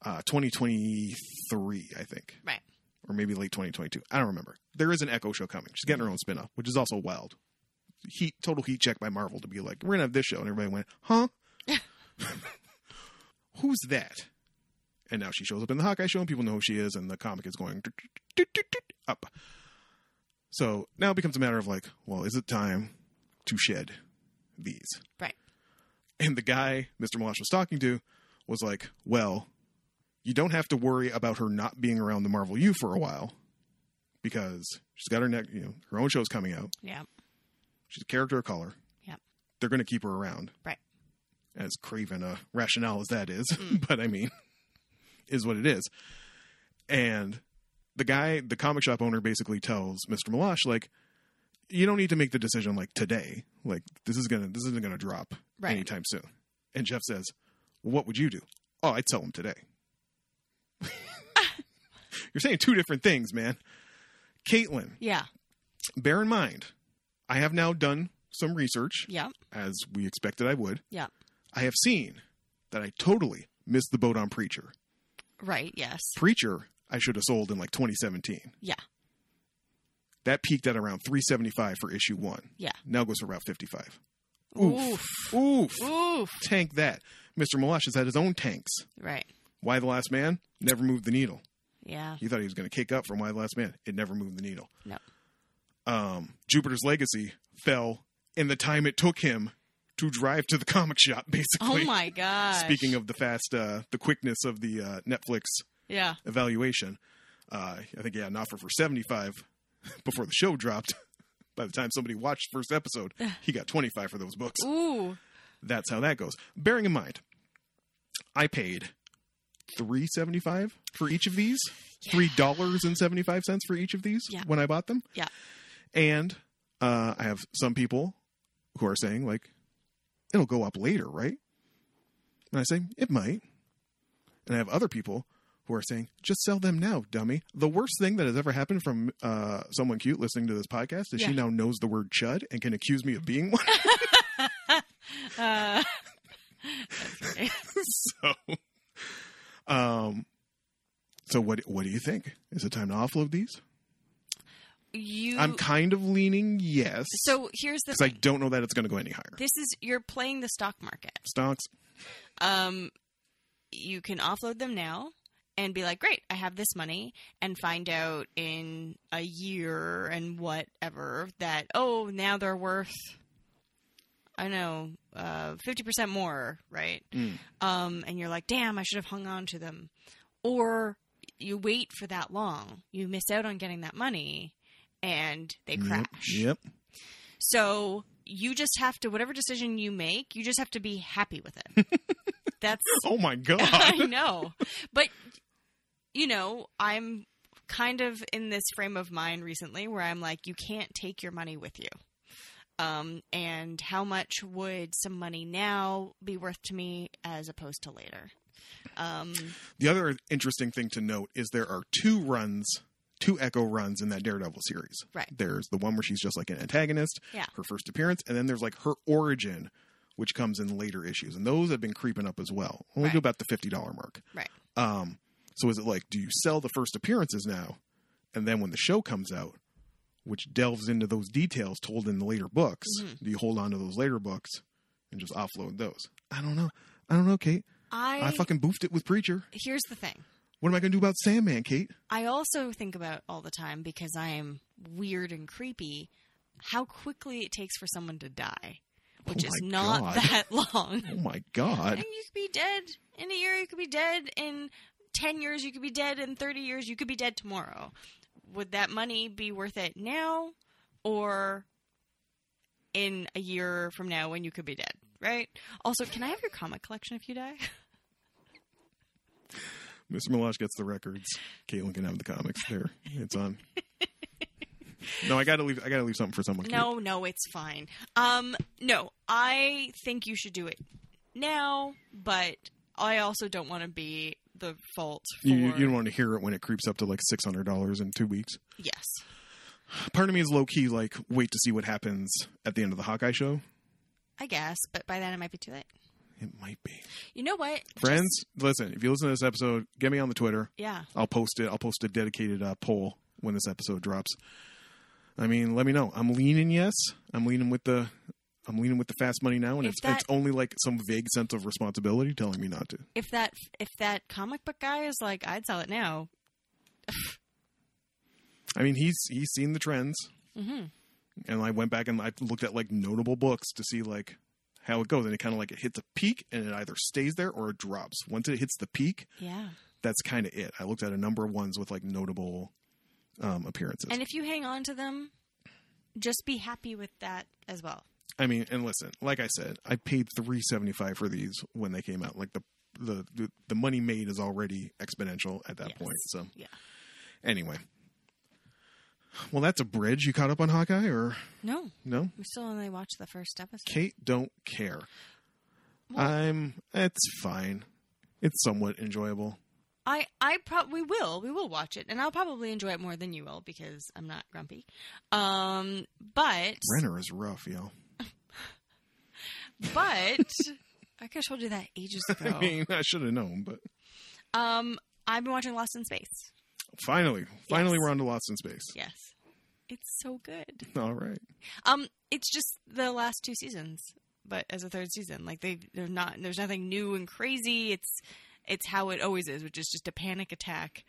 [SPEAKER 1] uh, 2023, I think,
[SPEAKER 2] Right.
[SPEAKER 1] or maybe late 2022. I don't remember. There is an Echo show coming. She's getting her own spin off, which is also wild. Heat total heat check by Marvel to be like, we're gonna have this show, and everybody went, huh? Who's that? And now she shows up in the Hawkeye show, and people know who she is, and the comic is going up. So now it becomes a matter of like, well, is it time to shed these?
[SPEAKER 2] Right.
[SPEAKER 1] And the guy Mr. Malash was talking to was like, well, you don't have to worry about her not being around the Marvel U for a while because she's got her neck, you know, her own show's coming out.
[SPEAKER 2] Yeah.
[SPEAKER 1] She's a character of color.
[SPEAKER 2] Yep.
[SPEAKER 1] They're going to keep her around.
[SPEAKER 2] Right.
[SPEAKER 1] As craven a rationale as that is,
[SPEAKER 2] Mm.
[SPEAKER 1] but I mean, is what it is. And the guy, the comic shop owner, basically tells Mr. Malash, like, you don't need to make the decision like today. Like this is gonna this isn't gonna drop
[SPEAKER 2] Right.
[SPEAKER 1] anytime soon. And Jeff says, well, "What would you do?" Oh, I'd sell them today. You're saying two different things, man. Caitlin,
[SPEAKER 2] Yeah.
[SPEAKER 1] bear in mind, I have now done some research
[SPEAKER 2] Yeah.
[SPEAKER 1] as we expected I would.
[SPEAKER 2] Yeah.
[SPEAKER 1] I have seen that I totally missed the boat on Preacher.
[SPEAKER 2] Right. Yes.
[SPEAKER 1] Preacher, I should have sold in like 2017.
[SPEAKER 2] Yeah.
[SPEAKER 1] That peaked at around 375 for issue one.
[SPEAKER 2] Yeah.
[SPEAKER 1] Now goes for about 55. Oof.
[SPEAKER 2] Oof.
[SPEAKER 1] Oof.
[SPEAKER 2] Oof.
[SPEAKER 1] Tank that. Mr. Malash has had his own tanks.
[SPEAKER 2] Right.
[SPEAKER 1] Why the last man? Never moved the needle.
[SPEAKER 2] Yeah.
[SPEAKER 1] You thought he was going to kick up from Why the Last Man. It never moved the needle.
[SPEAKER 2] No.
[SPEAKER 1] Um, Jupiter's Legacy fell in the time it took him to drive to the comic shop,
[SPEAKER 2] Oh
[SPEAKER 1] basically.
[SPEAKER 2] my god.
[SPEAKER 1] Speaking of the fast, uh, the quickness of the uh, Netflix
[SPEAKER 2] Yeah.
[SPEAKER 1] evaluation, uh, I think he had an offer for 75 before the show dropped. By the time somebody watched the first episode, he got 25 for those books.
[SPEAKER 2] Ooh.
[SPEAKER 1] That's how that goes. Bearing in mind, I paid 3.75 for each of these.
[SPEAKER 2] Yeah.
[SPEAKER 1] three dollars and seventy five cents for each of these
[SPEAKER 2] Yeah.
[SPEAKER 1] when I bought them.
[SPEAKER 2] Yeah.
[SPEAKER 1] and uh, I have some people who are saying like, it'll go up later, right? And I say it might, and I have other people who are saying just sell them now, dummy. The worst thing that has ever happened from uh, someone cute listening to this podcast is
[SPEAKER 2] Yeah.
[SPEAKER 1] she now knows the word chud and can accuse me of being one.
[SPEAKER 2] Uh, that's great.
[SPEAKER 1] so, um, so what what do you think? Is it time to offload these?
[SPEAKER 2] you.
[SPEAKER 1] I'm kind of leaning yes.
[SPEAKER 2] so here's the
[SPEAKER 1] because I
[SPEAKER 2] thing.
[SPEAKER 1] don't know that it's going to go any higher.
[SPEAKER 2] This is you're playing the stock market.
[SPEAKER 1] Stocks,
[SPEAKER 2] Um, you can offload them now and be like, great, I have this money, and find out in a year and whatever that oh now they're worth. I know, uh, fifty percent more, right?
[SPEAKER 1] Mm.
[SPEAKER 2] Um, and you're like, damn, I should have hung on to them, or you wait for that long, you miss out on getting that money, and they
[SPEAKER 1] Mm-hmm.
[SPEAKER 2] crash.
[SPEAKER 1] Yep. yep.
[SPEAKER 2] So you just have to, whatever decision you make, you just have to be happy with it. That's,
[SPEAKER 1] Oh my
[SPEAKER 2] I
[SPEAKER 1] god.
[SPEAKER 2] know. But, you know, I'm kind of in this frame of mind recently where I'm like, you can't take your money with you. Um, and how much would some money now be worth to me as opposed to later? Um,
[SPEAKER 1] the other interesting thing to note is there are two runs, two Echo runs in that Daredevil series.
[SPEAKER 2] Right.
[SPEAKER 1] There's the one where she's just like an antagonist,
[SPEAKER 2] Yeah.
[SPEAKER 1] her first appearance, and then there's like her origin, which comes in later issues, and those have been creeping up as well. Only
[SPEAKER 2] Right.
[SPEAKER 1] do about the fifty dollar mark.
[SPEAKER 2] Right.
[SPEAKER 1] Um. So is it like do you sell the first appearances now, and then when the show comes out? Which delves into those details told in the later books.
[SPEAKER 2] Mhm.
[SPEAKER 1] Do you hold on to those later books and just offload those? I don't know. I don't know, Kate. I
[SPEAKER 2] I,
[SPEAKER 1] fucking boofed it with Preacher.
[SPEAKER 2] here's the thing.
[SPEAKER 1] What am I going to do about Sandman, Kate?
[SPEAKER 2] I also think about all the time because I am weird and creepy how quickly it takes for someone to die, which
[SPEAKER 1] Oh
[SPEAKER 2] is
[SPEAKER 1] my
[SPEAKER 2] not
[SPEAKER 1] God.
[SPEAKER 2] that long.
[SPEAKER 1] Oh my
[SPEAKER 2] and
[SPEAKER 1] god.
[SPEAKER 2] you could be dead in a year, you could be dead in 10 years, you could be dead in 30 years, you could be dead tomorrow. Would that money be worth it now or in a year from now when you could be dead, right? Also, can I have your comic collection if you die?
[SPEAKER 1] Mr. Milosh gets the records. Caitlin can have the comics. There, it's on. no, I gotta leave. I gotta leave something for someone.
[SPEAKER 2] No, no, it's fine. Um, no, I think you should do it now, but I also don't want to be the fault for
[SPEAKER 1] Kate. You, you, you don't want to hear it when it creeps up to like six hundred dollars in two weeks.
[SPEAKER 2] yes,
[SPEAKER 1] Part of me is low key like wait to see what happens at the end of the Hawkeye show.
[SPEAKER 2] I guess, but by then it might be too late.
[SPEAKER 1] It might be
[SPEAKER 2] You know what,
[SPEAKER 1] friends.
[SPEAKER 2] Just-
[SPEAKER 1] Listen, if you listen to this episode, get me on the Twitter.
[SPEAKER 2] yeah,
[SPEAKER 1] I'll post it. I'll post a dedicated uh, poll when this episode drops. I mean, let me know. I'm leaning yes. I'm leaning with the. I'm leaning with the fast money now, and
[SPEAKER 2] If
[SPEAKER 1] it's
[SPEAKER 2] that-
[SPEAKER 1] it's only like some vague sense of responsibility telling me not to.
[SPEAKER 2] if that if that comic book guy is like, I'd sell it now.
[SPEAKER 1] I mean, he's he's seen the trends,
[SPEAKER 2] hmm
[SPEAKER 1] and I went back and I looked at like notable books to see like how it goes, and it kind of like it hits a peak, and it either stays there or it drops. Once it hits the peak,
[SPEAKER 2] Yeah,
[SPEAKER 1] that's kind of it. I looked at a number of ones with like notable um, appearances.
[SPEAKER 2] and if you hang on to them, just be happy with that as well.
[SPEAKER 1] I mean, and listen, like I said, I paid three seventy five for these when they came out. Like the the the, the money made is already exponential at that
[SPEAKER 2] Yes.
[SPEAKER 1] point. So
[SPEAKER 2] Yeah.
[SPEAKER 1] Anyway, well, that's a bridge. You caught up on Hawkeye, or
[SPEAKER 2] No,
[SPEAKER 1] no?
[SPEAKER 2] we still only watched the first episode.
[SPEAKER 1] Kate don't care.
[SPEAKER 2] Well-
[SPEAKER 1] I'm. It's fine. It's somewhat enjoyable.
[SPEAKER 2] I I probably will. We will watch it, and I'll probably enjoy it more than you will because I'm not grumpy. Um, but
[SPEAKER 1] Renner is rough, yo.
[SPEAKER 2] but I could have told you that ages ago.
[SPEAKER 1] I mean, I should have known, but
[SPEAKER 2] um, I've been watching Lost in Space.
[SPEAKER 1] finally, finally,
[SPEAKER 2] Yes.
[SPEAKER 1] we're on to Lost in Space.
[SPEAKER 2] Yes, it's so good.
[SPEAKER 1] All right.
[SPEAKER 2] Um, it's just the last two seasons, but as a third season, like they they're not. There's nothing new and crazy. It's It's how it always is, which is just a panic attack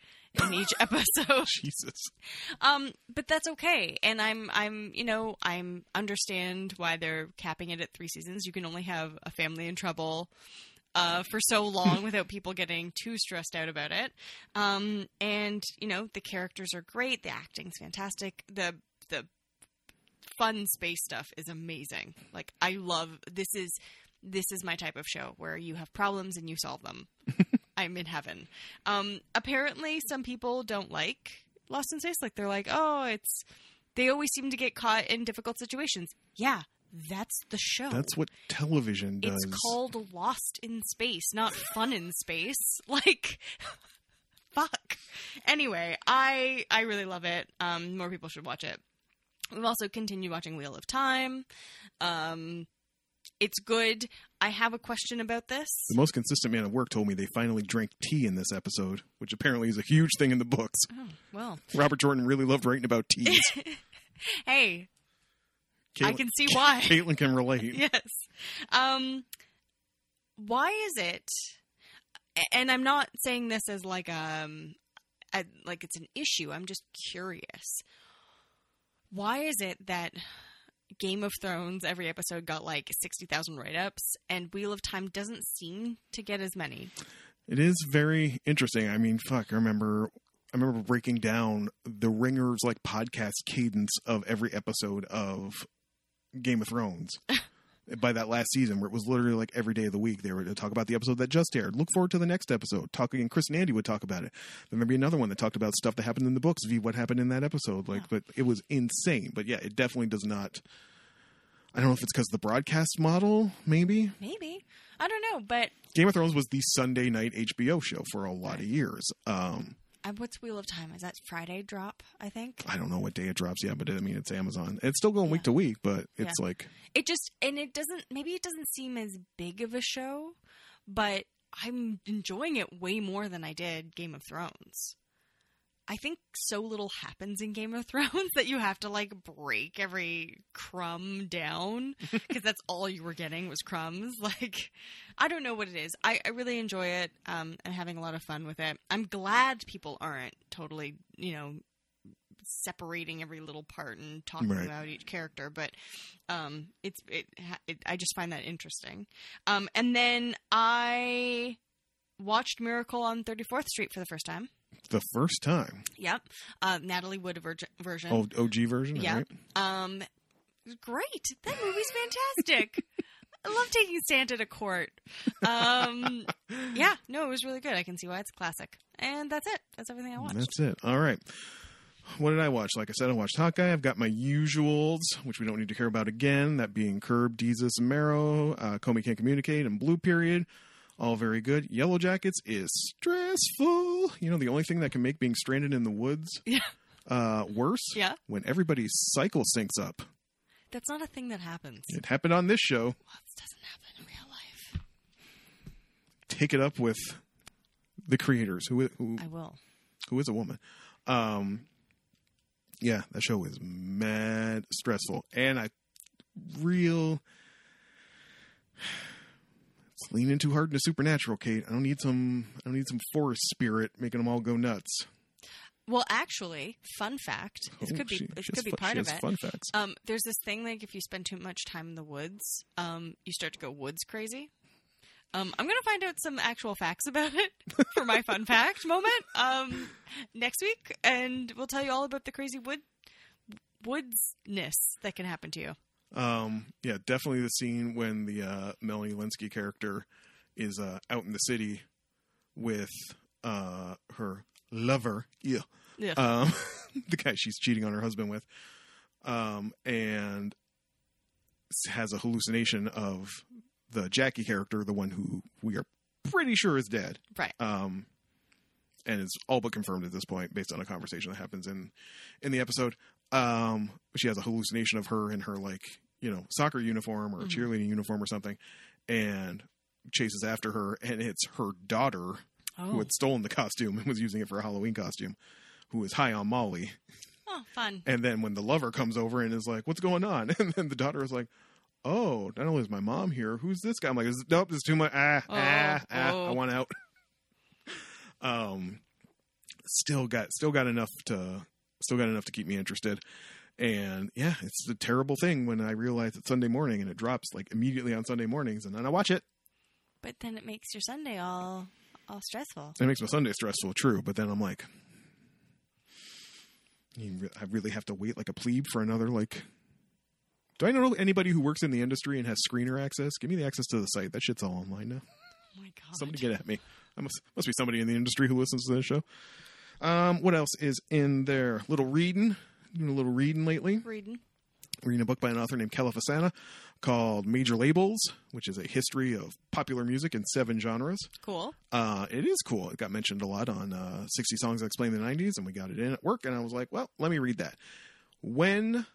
[SPEAKER 2] in each episode.
[SPEAKER 1] Jesus.
[SPEAKER 2] Um, but that's okay, and I'm I'm you know I'm understand why they're capping it at three seasons. You can only have a family in trouble uh, for so long without people getting too stressed out about it. Um, and you know the characters are great, the acting's fantastic, the the fun space stuff is amazing. Like I love this is this is my type of show where you have problems and you solve them. I'm in heaven. Um, apparently, some people don't like Lost in Space. Like they're like, oh, it's they always seem to get caught in difficult situations. Yeah, that's the show.
[SPEAKER 1] That's what television does.
[SPEAKER 2] Oh. it's called Lost in Space, not Fun in Space. Like. Fuck. Anyway, I I really love it. Um, more people should watch it. We've also continued watching Wheel of Time. Um, it's good. I have a question about this.
[SPEAKER 1] the most consistent man at work told me they finally drank tea in this episode, which apparently is a huge thing in the books.
[SPEAKER 2] Oh, well,
[SPEAKER 1] Robert Jordan really loved writing about teas.
[SPEAKER 2] hey, I
[SPEAKER 1] Caitlin-
[SPEAKER 2] can see why.
[SPEAKER 1] Caitlin can relate.
[SPEAKER 2] yes. Um, why is it? And I'm not saying this as like um, I, like it's an issue. I'm just curious. Why is it that Game of Thrones every episode got like sixty thousand write ups, and Wheel of Time doesn't seem to get as many?
[SPEAKER 1] It is very interesting. I mean, fuck, I remember I remember breaking down the Ringer's like podcast cadence of every episode of Game of Thrones. By that last season, where it was literally like every day of the week, they were to talk about the episode that just aired. Look forward to the next episode. Talking and Chris and Andy would talk about it. There may be another one that talked about stuff that happened in the books. View what happened in that episode. Like,
[SPEAKER 2] Wow.
[SPEAKER 1] but it was insane. But yeah, it definitely does not. I don't know if it's because the broadcast model, maybe.
[SPEAKER 2] Maybe I don't know, but
[SPEAKER 1] Game of Thrones was the Sunday night HBO show for a lot of years. Um,
[SPEAKER 2] uh, what's Wheel of Time? Is that Friday drop? I think.
[SPEAKER 1] I don't know what day it drops yet, but I mean it's Amazon. It's still going week to week, but it's like
[SPEAKER 2] it just and it doesn't maybe it doesn't seem as big of a show but i'm enjoying it way more than i did game of thrones i think so little happens in game of thrones that you have to like break every crumb down because that's all you were getting was crumbs like i don't know what it is i, I really enjoy it um, i'm having a lot of fun with it i'm glad people aren't totally you know separating every little part and talking
[SPEAKER 1] Right.
[SPEAKER 2] about each character but um it's it, ha- it i just find that interesting um and then i watched miracle on 34th street for the first time
[SPEAKER 1] the first time.
[SPEAKER 2] yep uh natalie wood verg- version
[SPEAKER 1] Oh, OG version,
[SPEAKER 2] Yeah.
[SPEAKER 1] right?
[SPEAKER 2] um great that movie's fantastic i love taking santa to court um yeah no it was really good i can see why it's a classic and that's it that's everything i watched
[SPEAKER 1] That's it. All right. What did I watch? Like I said, I watched Hawkeye. I've got my usuals, which we don't need to care about again. That being Curb, Jesus, and Marrow, uh, Comey Can't Communicate, and Blue Period. All very good. Yellow Jackets is stressful. You know, the only thing that can make being stranded in the woods
[SPEAKER 2] Yeah.
[SPEAKER 1] uh, worse
[SPEAKER 2] Yeah.
[SPEAKER 1] when everybody's cycle syncs up.
[SPEAKER 2] that's not a thing that happens
[SPEAKER 1] It happened on this show.
[SPEAKER 2] well, this doesn't happen in real life
[SPEAKER 1] Take it up with the creators, who who
[SPEAKER 2] i will
[SPEAKER 1] who is a woman. Um, yeah, that show is mad stressful, and I real. It's leaning too hard into supernatural, Kate. I don't need some. I don't need some forest spirit making them all go nuts.
[SPEAKER 2] Well, actually, fun fact. This
[SPEAKER 1] Oh,
[SPEAKER 2] could be
[SPEAKER 1] she-
[SPEAKER 2] this
[SPEAKER 1] she has
[SPEAKER 2] could be
[SPEAKER 1] fun- she
[SPEAKER 2] part of
[SPEAKER 1] has
[SPEAKER 2] it.
[SPEAKER 1] Fun facts.
[SPEAKER 2] Um, there's this thing like if you spend too much time in the woods, um, you start to go woods crazy. Um, I'm gonna find out some actual facts about it for my fun fact moment um, next week, and we'll tell you all about the crazy wood woodsness that can happen to you.
[SPEAKER 1] Um, yeah, definitely the scene when the uh, Melanie Linsky character is uh, out in the city with uh, her lover, yeah,
[SPEAKER 2] Yeah.
[SPEAKER 1] um, the guy she's cheating on her husband with, um, and has a hallucination of the Jackie character, the one who we are pretty sure is dead,
[SPEAKER 2] Right.
[SPEAKER 1] Um, and it's all but confirmed at this point, based on a conversation that happens in in the episode. Um, she has a hallucination of her in her like you know soccer uniform or
[SPEAKER 2] Mhm.
[SPEAKER 1] cheerleading uniform or something, and chases after her, and it's her daughter
[SPEAKER 2] Oh,
[SPEAKER 1] who had stolen the costume and was using it for a Halloween costume, who is high on Molly.
[SPEAKER 2] oh fun.
[SPEAKER 1] And then when the lover comes over and is like, "What's going on?" and then the daughter is like, "Oh, not only is my mom here, who's this guy?" I'm like, "Nope, this is too much. Ah,
[SPEAKER 2] Oh,
[SPEAKER 1] ah, ah, I
[SPEAKER 2] oh.
[SPEAKER 1] want out." Um, still got still got enough to still got enough to keep me interested. And yeah, it's the terrible thing when I realize it's Sunday morning and it drops like immediately on Sunday mornings, and then I watch it.
[SPEAKER 2] But then it makes your Sunday all all stressful.
[SPEAKER 1] It makes my Sunday stressful, true. But then I'm like, you re- I really have to wait like a plebe for another like. Do I know anybody who works in the industry and has screener access? Give me the access to the site. That shit's all online now.
[SPEAKER 2] Oh my god.
[SPEAKER 1] Somebody get at me. I must must be somebody in the industry who listens to this show. Um, what else is in there? Little reading. Doing a little reading lately.
[SPEAKER 2] reading.
[SPEAKER 1] Reading a book by an author named Califasana called Major Labels, which is a history of popular music in seven genres.
[SPEAKER 2] Cool.
[SPEAKER 1] Uh, it is cool. It got mentioned a lot on uh, 60 Songs That Explain the 90s, and we got it in at work, and I was like, well, let me read that. When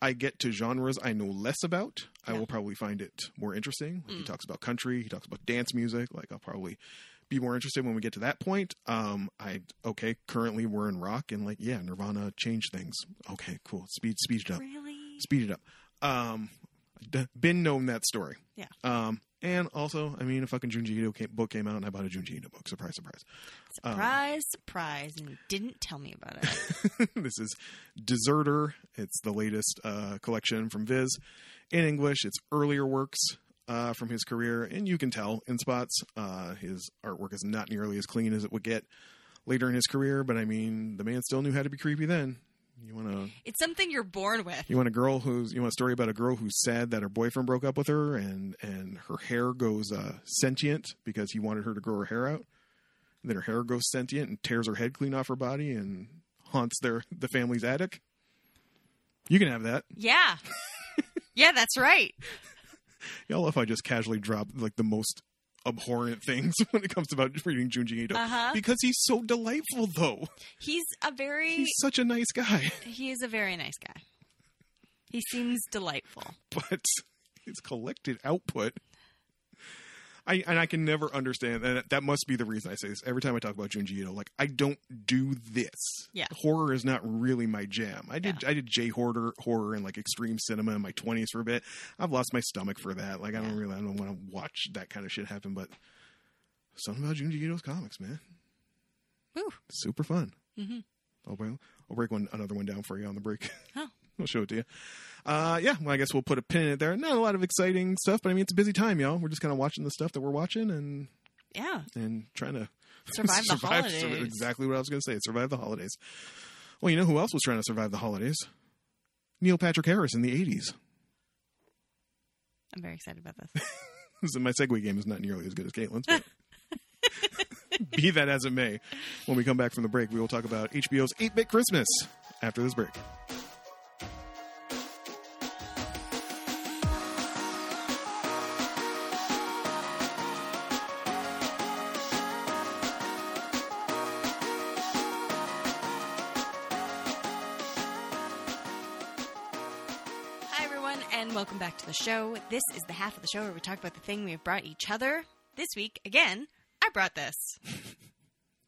[SPEAKER 1] I get to genres I know less about, I
[SPEAKER 2] Yeah.
[SPEAKER 1] will probably find it more interesting. Like, He
[SPEAKER 2] Mm.
[SPEAKER 1] talks about country, he talks about dance music. Like, I'll probably be more interested when we get to that point. Um, I okay, currently we're in rock, and like, yeah, Nirvana changed things. Okay, cool. Speed, speed it up
[SPEAKER 2] Really?
[SPEAKER 1] speed it up. Um, d- been known that story.
[SPEAKER 2] Yeah.
[SPEAKER 1] Um, and also, I mean, a fucking Junji Ito came, book came out, and I bought a Junji Ito book. Surprise, surprise. um,
[SPEAKER 2] Surprise, surprise, and you didn't tell me about it.
[SPEAKER 1] this is Deserter. It's the latest uh, collection from Viz in English. It's earlier works uh, from his career, and you can tell in spots. Uh, his artwork is not nearly as clean as it would get later in his career, but I mean, the man still knew how to be creepy then. You want to
[SPEAKER 2] It's something you're born with.
[SPEAKER 1] You want a girl who's you want a story about a girl who's sad that her boyfriend broke up with her and and her hair goes uh, sentient because he wanted her to grow her hair out. And then her hair goes sentient and tears her head clean off her body and haunts their the family's attic. You can have that.
[SPEAKER 2] Yeah. yeah, that's right.
[SPEAKER 1] Y'all love how I just casually drop like the most abhorrent things when it comes about reading Junji Ito.
[SPEAKER 2] Uh-huh.
[SPEAKER 1] Because he's so delightful though.
[SPEAKER 2] He's a very
[SPEAKER 1] He's such a nice guy.
[SPEAKER 2] he is a very nice guy. He seems delightful.
[SPEAKER 1] but his collected output. I and I can never understand, and that must be the reason I say this every time I talk about Junji Ito. Like I don't do this.
[SPEAKER 2] Yeah.
[SPEAKER 1] horror is not really my jam. I did I did J horror horror and like extreme cinema in my twenties for a bit. I've lost my stomach for that. Like I don't
[SPEAKER 2] Yeah.
[SPEAKER 1] really I don't want to watch that kind of shit happen. But something about Junji Ito's comics, man,
[SPEAKER 2] Ooh.
[SPEAKER 1] super fun.
[SPEAKER 2] Mm-hmm.
[SPEAKER 1] I'll break, I'll break one another one down for you on the break.
[SPEAKER 2] Oh.
[SPEAKER 1] I'll show it to you. Uh, yeah, well, I guess we'll put a pin in it there. Not a lot of exciting stuff, but I mean, it's a busy time, y'all. We're just kind of watching the stuff that we're watching and
[SPEAKER 2] Yeah.
[SPEAKER 1] and trying to
[SPEAKER 2] Survive the holidays.
[SPEAKER 1] sur- exactly what I was going to say. Survive the holidays. Well, you know who else was trying to survive the holidays? Neil Patrick Harris in the '80s.
[SPEAKER 2] I'm very excited about this.
[SPEAKER 1] So my segue game is not nearly as good as Caitlin's. But be that as it may, when we come back from the break, we will talk about HBO's 8-Bit Christmas after this break.
[SPEAKER 2] Hi everyone and welcome back to the show. This is the half of the show where we talk about the thing we have brought each other. This week, again, I brought this.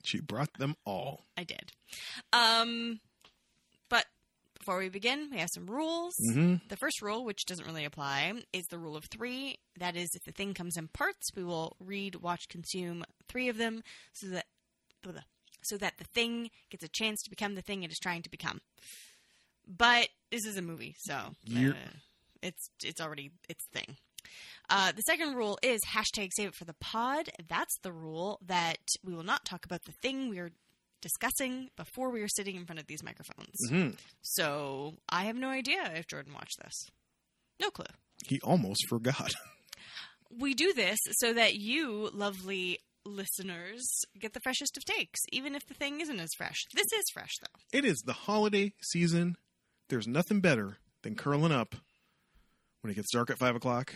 [SPEAKER 1] She brought them all.
[SPEAKER 2] I did. Um but before we begin, we have some rules.
[SPEAKER 1] Mm-hmm.
[SPEAKER 2] The first rule, which doesn't really apply, is the rule of three. That is, if the thing comes in parts, we will read, watch, consume three of them, so that so that the thing gets a chance to become the thing it is trying to become. But this is a movie, so uh,
[SPEAKER 1] You're-
[SPEAKER 2] it's it's already its thing. Uh, the second rule is hashtag save it for the pod. That's the rule that we will not talk about the thing we are discussing before we are sitting in front of these microphones.
[SPEAKER 1] Mm-hmm.
[SPEAKER 2] So I have no idea if Jordan watched this. No clue.
[SPEAKER 1] He almost forgot.
[SPEAKER 2] We do this so that you, lovely listeners, get the freshest of takes, even if the thing isn't as fresh. This is fresh, though.
[SPEAKER 1] It is the holiday season. There's nothing better than curling up when it gets dark at five o'clock.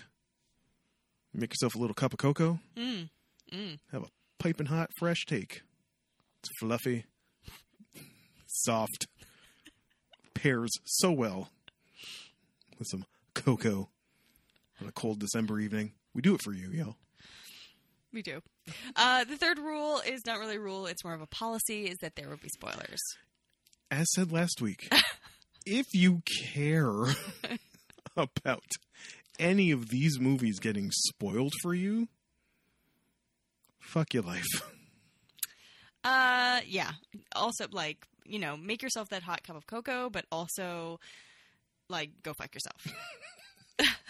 [SPEAKER 1] Make yourself a little cup of cocoa.
[SPEAKER 2] Mm. Mm.
[SPEAKER 1] Have a piping hot, fresh take. It's fluffy, soft, pairs so well with some cocoa on a cold December evening. We do it for you, y'all.
[SPEAKER 2] We do. Uh, the third rule is not really a rule, it's more of a policy, is that there will be spoilers.
[SPEAKER 1] as said last week, if you care about any of these movies getting spoiled for you, fuck your life.
[SPEAKER 2] Uh, yeah. Also, like you know, make yourself that hot cup of cocoa, but also, like, go fuck yourself.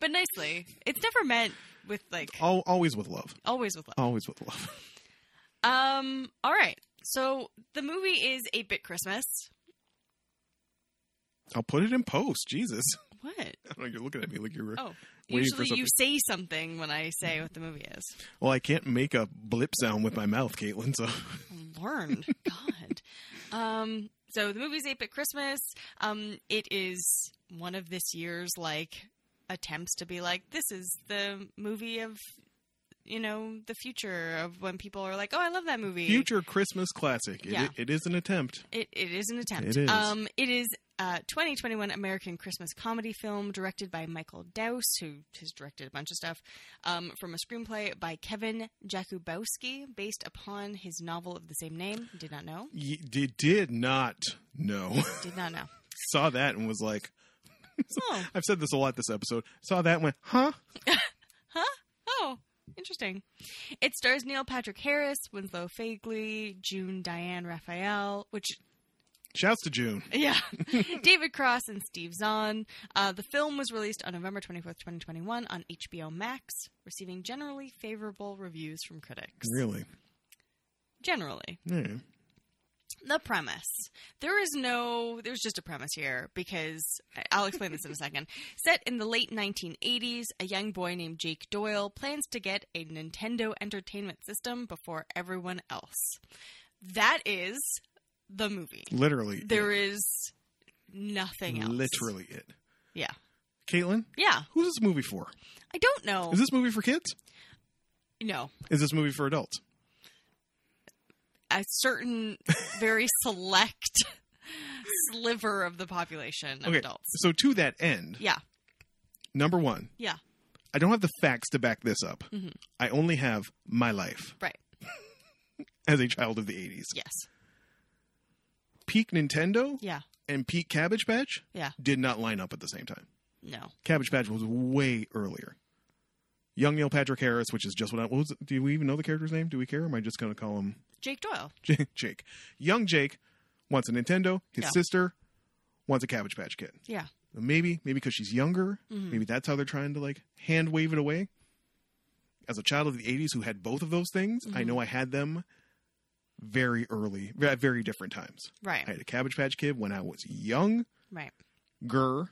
[SPEAKER 2] but nicely. It's never meant with like
[SPEAKER 1] Al- always with love.
[SPEAKER 2] always with love.
[SPEAKER 1] Always with love.
[SPEAKER 2] Um. All right. So the movie is Eight Bit Christmas.
[SPEAKER 1] I'll put it in post. Jesus.
[SPEAKER 2] What?
[SPEAKER 1] I don't know, you're looking at me like you were.
[SPEAKER 2] Oh,
[SPEAKER 1] Waiting for
[SPEAKER 2] usually you say something when I say what the movie is.
[SPEAKER 1] Well, I can't make a blip sound with my mouth, Caitlin, so.
[SPEAKER 2] learned. God. Um, so the movie's Ape at Christmas. Um, it is one of this year's like attempts to be like, this is the movie of you know, the future of when people are like, Oh, I love that movie.
[SPEAKER 1] Future Christmas classic. It,
[SPEAKER 2] Yeah.
[SPEAKER 1] it is an attempt.
[SPEAKER 2] It it is an attempt.
[SPEAKER 1] It is.
[SPEAKER 2] Um it is a 2021 American Christmas comedy film directed by Michael Douse, who has directed a bunch of stuff, um, from a screenplay by Kevin Jakubowski, based upon his novel of the same name. Did not know.
[SPEAKER 1] Y- d- did not know.
[SPEAKER 2] Did not know.
[SPEAKER 1] Saw that and was like,
[SPEAKER 2] Oh,
[SPEAKER 1] I've said this a lot this episode. Saw that and went, huh?
[SPEAKER 2] Oh, interesting. It stars Neil Patrick Harris, Winslow Fagley, June Diane Raphael, which,
[SPEAKER 1] Shouts to June.
[SPEAKER 2] yeah, David Cross and Steve Zahn. Uh, the film was released on November 24th, 2021 on HBO Max, receiving generally favorable reviews from critics.
[SPEAKER 1] Really?
[SPEAKER 2] Generally.
[SPEAKER 1] Yeah.
[SPEAKER 2] The premise. There is no, there's just a premise here because I'll explain this in a second. Set in the late 1980s, a young boy named Jake Doyle plans to get a Nintendo Entertainment System before everyone else. That is the movie.
[SPEAKER 1] Literally.
[SPEAKER 2] There
[SPEAKER 1] it.
[SPEAKER 2] is nothing else.
[SPEAKER 1] Literally it.
[SPEAKER 2] Yeah.
[SPEAKER 1] Caitlin,
[SPEAKER 2] Yeah.
[SPEAKER 1] who's this movie for?
[SPEAKER 2] I don't know.
[SPEAKER 1] Is this movie for kids?
[SPEAKER 2] no.
[SPEAKER 1] Is this movie for adults?
[SPEAKER 2] A certain, very select sliver of the population of
[SPEAKER 1] Okay.
[SPEAKER 2] adults.
[SPEAKER 1] So, to that end,
[SPEAKER 2] Yeah.
[SPEAKER 1] number one,
[SPEAKER 2] Yeah.
[SPEAKER 1] I don't have the facts to back this up.
[SPEAKER 2] Mhm.
[SPEAKER 1] I only have my life
[SPEAKER 2] Right.
[SPEAKER 1] as a child of the 80s.
[SPEAKER 2] Yes.
[SPEAKER 1] Peak Nintendo
[SPEAKER 2] Yeah.
[SPEAKER 1] and peak Cabbage Patch
[SPEAKER 2] Yeah.
[SPEAKER 1] did not line up at the same time.
[SPEAKER 2] No.
[SPEAKER 1] Cabbage Patch was way earlier. Young Neil Patrick Harris, which is just what I what was. it- Do we even know the character's name? Do we care? Or am I just going to call him
[SPEAKER 2] Jake Doyle.
[SPEAKER 1] J- Jake? Young Jake wants a Nintendo. His
[SPEAKER 2] Yeah.
[SPEAKER 1] sister wants a Cabbage Patch Kid.
[SPEAKER 2] Yeah.
[SPEAKER 1] Maybe, maybe because she's younger.
[SPEAKER 2] Mhm.
[SPEAKER 1] Maybe that's how they're trying to like hand wave it away. As a child of the '80s who had both of those things, I
[SPEAKER 2] Mhm.
[SPEAKER 1] know I had them very early, at very different times.
[SPEAKER 2] Right.
[SPEAKER 1] I had a Cabbage Patch Kid when I was young,
[SPEAKER 2] Right.
[SPEAKER 1] ger,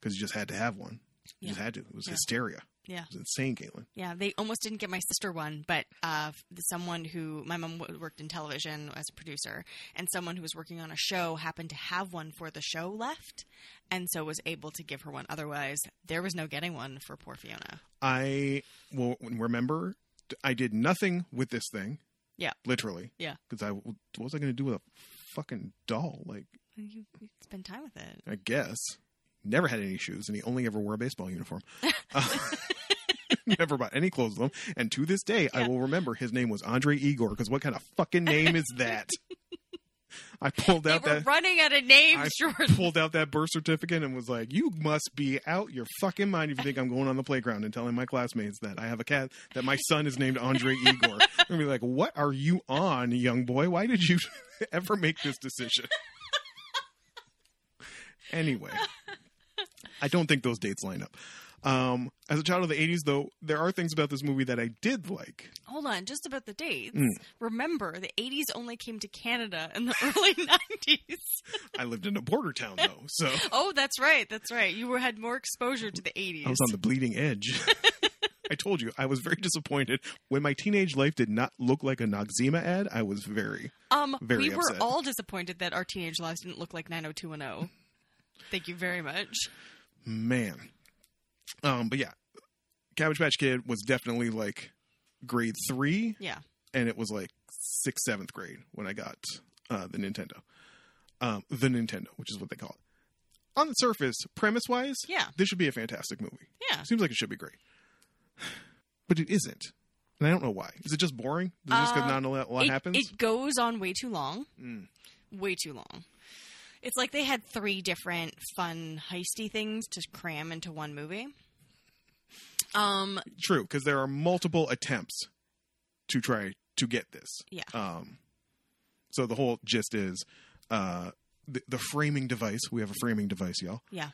[SPEAKER 1] because you just had to have one. You
[SPEAKER 2] Yeah.
[SPEAKER 1] just had to. It was
[SPEAKER 2] Yeah.
[SPEAKER 1] hysteria.
[SPEAKER 2] Yeah.
[SPEAKER 1] It was insane, Caitlin.
[SPEAKER 2] Yeah. They almost didn't get my sister one, but uh, someone who my mom w- worked in television as a producer, and someone who was working on a show happened to have one for the show left, and so was able to give her one. Otherwise, there was no getting one for poor Fiona.
[SPEAKER 1] I will remember. I did nothing with this thing.
[SPEAKER 2] Yeah.
[SPEAKER 1] Literally.
[SPEAKER 2] Yeah.
[SPEAKER 1] Because I, what was I going to do with a fucking doll? Like,
[SPEAKER 2] And You, you spend time with it.
[SPEAKER 1] I guess. Never had any shoes, and he only ever wore a baseball uniform. Uh, never bought any clothes with him. And to this day, I
[SPEAKER 2] Yeah.
[SPEAKER 1] will remember his name was Andre Igor, because what kind of fucking name is that? I pulled
[SPEAKER 2] They
[SPEAKER 1] out
[SPEAKER 2] were
[SPEAKER 1] that.
[SPEAKER 2] running out of names,
[SPEAKER 1] I
[SPEAKER 2] Jordan.
[SPEAKER 1] Pulled out that birth certificate and was like, "You must be out your fucking mind if you think I'm going on the playground and telling my classmates that I have a cat that my son is named Andre Igor." And be like, "What are you on, young boy? Why did you ever make this decision?" anyway, I don't think those dates line up. Um, as a child of the '80s, though, there are things about this movie that I did like.
[SPEAKER 2] Hold on, just about the dates.
[SPEAKER 1] Mm.
[SPEAKER 2] Remember, the 80s only came to Canada in the early 90s.
[SPEAKER 1] I lived in a border town, though, so.
[SPEAKER 2] Oh, that's right. That's right. You were, had more exposure to the 80s.
[SPEAKER 1] I was on the bleeding edge. I told you I was very disappointed when my teenage life did not look like a Noxzema ad. I was very
[SPEAKER 2] Um,
[SPEAKER 1] Very
[SPEAKER 2] we
[SPEAKER 1] upset.
[SPEAKER 2] were all disappointed that our teenage lives didn't look like 90210. Thank you very much.
[SPEAKER 1] man. Um, but yeah, Cabbage Patch Kid was definitely like grade three,
[SPEAKER 2] Yeah.
[SPEAKER 1] and it was like sixth, seventh grade when I got uh, the Nintendo, um, the Nintendo, which is what they call it. On the surface, premise wise,
[SPEAKER 2] Yeah.
[SPEAKER 1] this should be a fantastic movie.
[SPEAKER 2] Yeah.
[SPEAKER 1] Seems like it should be great, but it isn't. And I don't know why. Is it just boring? Is it just because
[SPEAKER 2] Uh,
[SPEAKER 1] not a lot, a lot
[SPEAKER 2] it,
[SPEAKER 1] happens?
[SPEAKER 2] It goes on way too long.
[SPEAKER 1] Mm.
[SPEAKER 2] Way too long. It's like they had three different fun heisty things to cram into one movie. Um,
[SPEAKER 1] True, because there are multiple attempts to try to get this.
[SPEAKER 2] Yeah.
[SPEAKER 1] Um, so the whole gist is uh, the, the framing device. We have a framing device, y'all.
[SPEAKER 2] Yeah.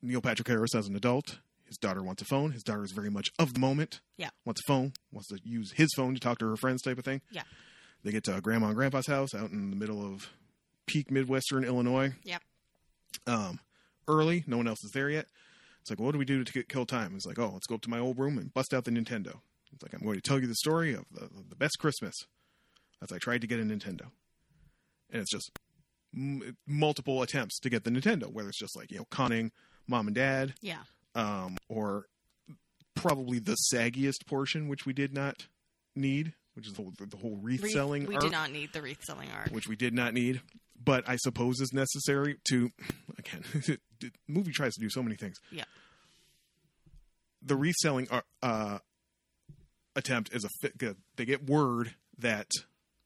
[SPEAKER 1] Neil Patrick Harris as an adult. His daughter wants a phone. His daughter is very much of the moment.
[SPEAKER 2] Yeah.
[SPEAKER 1] Wants a phone. Wants to use his phone to talk to her friends, type of thing.
[SPEAKER 2] Yeah.
[SPEAKER 1] They get to grandma and grandpa's house out in the middle of peak Midwestern Illinois.
[SPEAKER 2] Yep.
[SPEAKER 1] Um, early. No one else is there yet. It's like, what do we do to get, kill time? It's like, oh, let's go up to my old room and bust out the Nintendo. It's like, I'm going to tell you the story of the, of the best Christmas. As I tried to get a Nintendo. And it's just m- multiple attempts to get the Nintendo, whether it's just like, you know, conning mom and dad,
[SPEAKER 2] Yeah.
[SPEAKER 1] um, or probably the saggiest portion, which we did not need, which is the whole, the whole wreath,
[SPEAKER 2] Wreath-
[SPEAKER 1] selling
[SPEAKER 2] We
[SPEAKER 1] arc,
[SPEAKER 2] do not need the wreath selling arc.
[SPEAKER 1] which we did not need, but I suppose is necessary to. Again, the movie tries to do so many things.
[SPEAKER 2] Yeah.
[SPEAKER 1] The wreath selling ar- uh, attempt is a fi- they get word that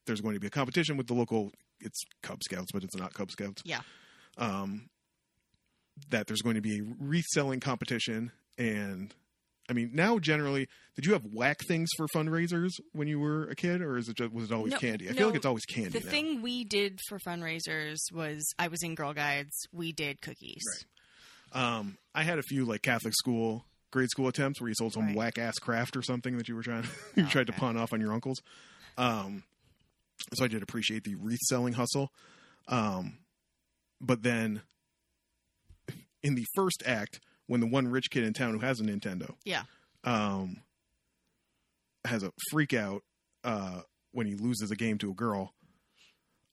[SPEAKER 1] there's going to be a competition with the local. It's Cub Scouts, but it's not Cub Scouts
[SPEAKER 2] Yeah.
[SPEAKER 1] um, that there's going to be a wreath selling competition. And I mean, now generally, did you have whack things for fundraisers when you were a kid, or is it just, was it always
[SPEAKER 2] No,
[SPEAKER 1] candy? I
[SPEAKER 2] no,
[SPEAKER 1] feel like it's always candy.
[SPEAKER 2] The
[SPEAKER 1] now.
[SPEAKER 2] thing we did for fundraisers was I was in Girl Guides. We did cookies.
[SPEAKER 1] Right. um, I had a few like Catholic school, grade school attempts where you sold some
[SPEAKER 2] Right.
[SPEAKER 1] whack ass craft or something that you were trying you
[SPEAKER 2] Oh,
[SPEAKER 1] tried to
[SPEAKER 2] okay.
[SPEAKER 1] pawn off on your uncles. Um, so I did appreciate the wreath selling hustle. Um, but then in the first act, when the one rich kid in town who has a Nintendo,
[SPEAKER 2] Yeah.
[SPEAKER 1] um, has a freak out uh, when he loses a game to a girl.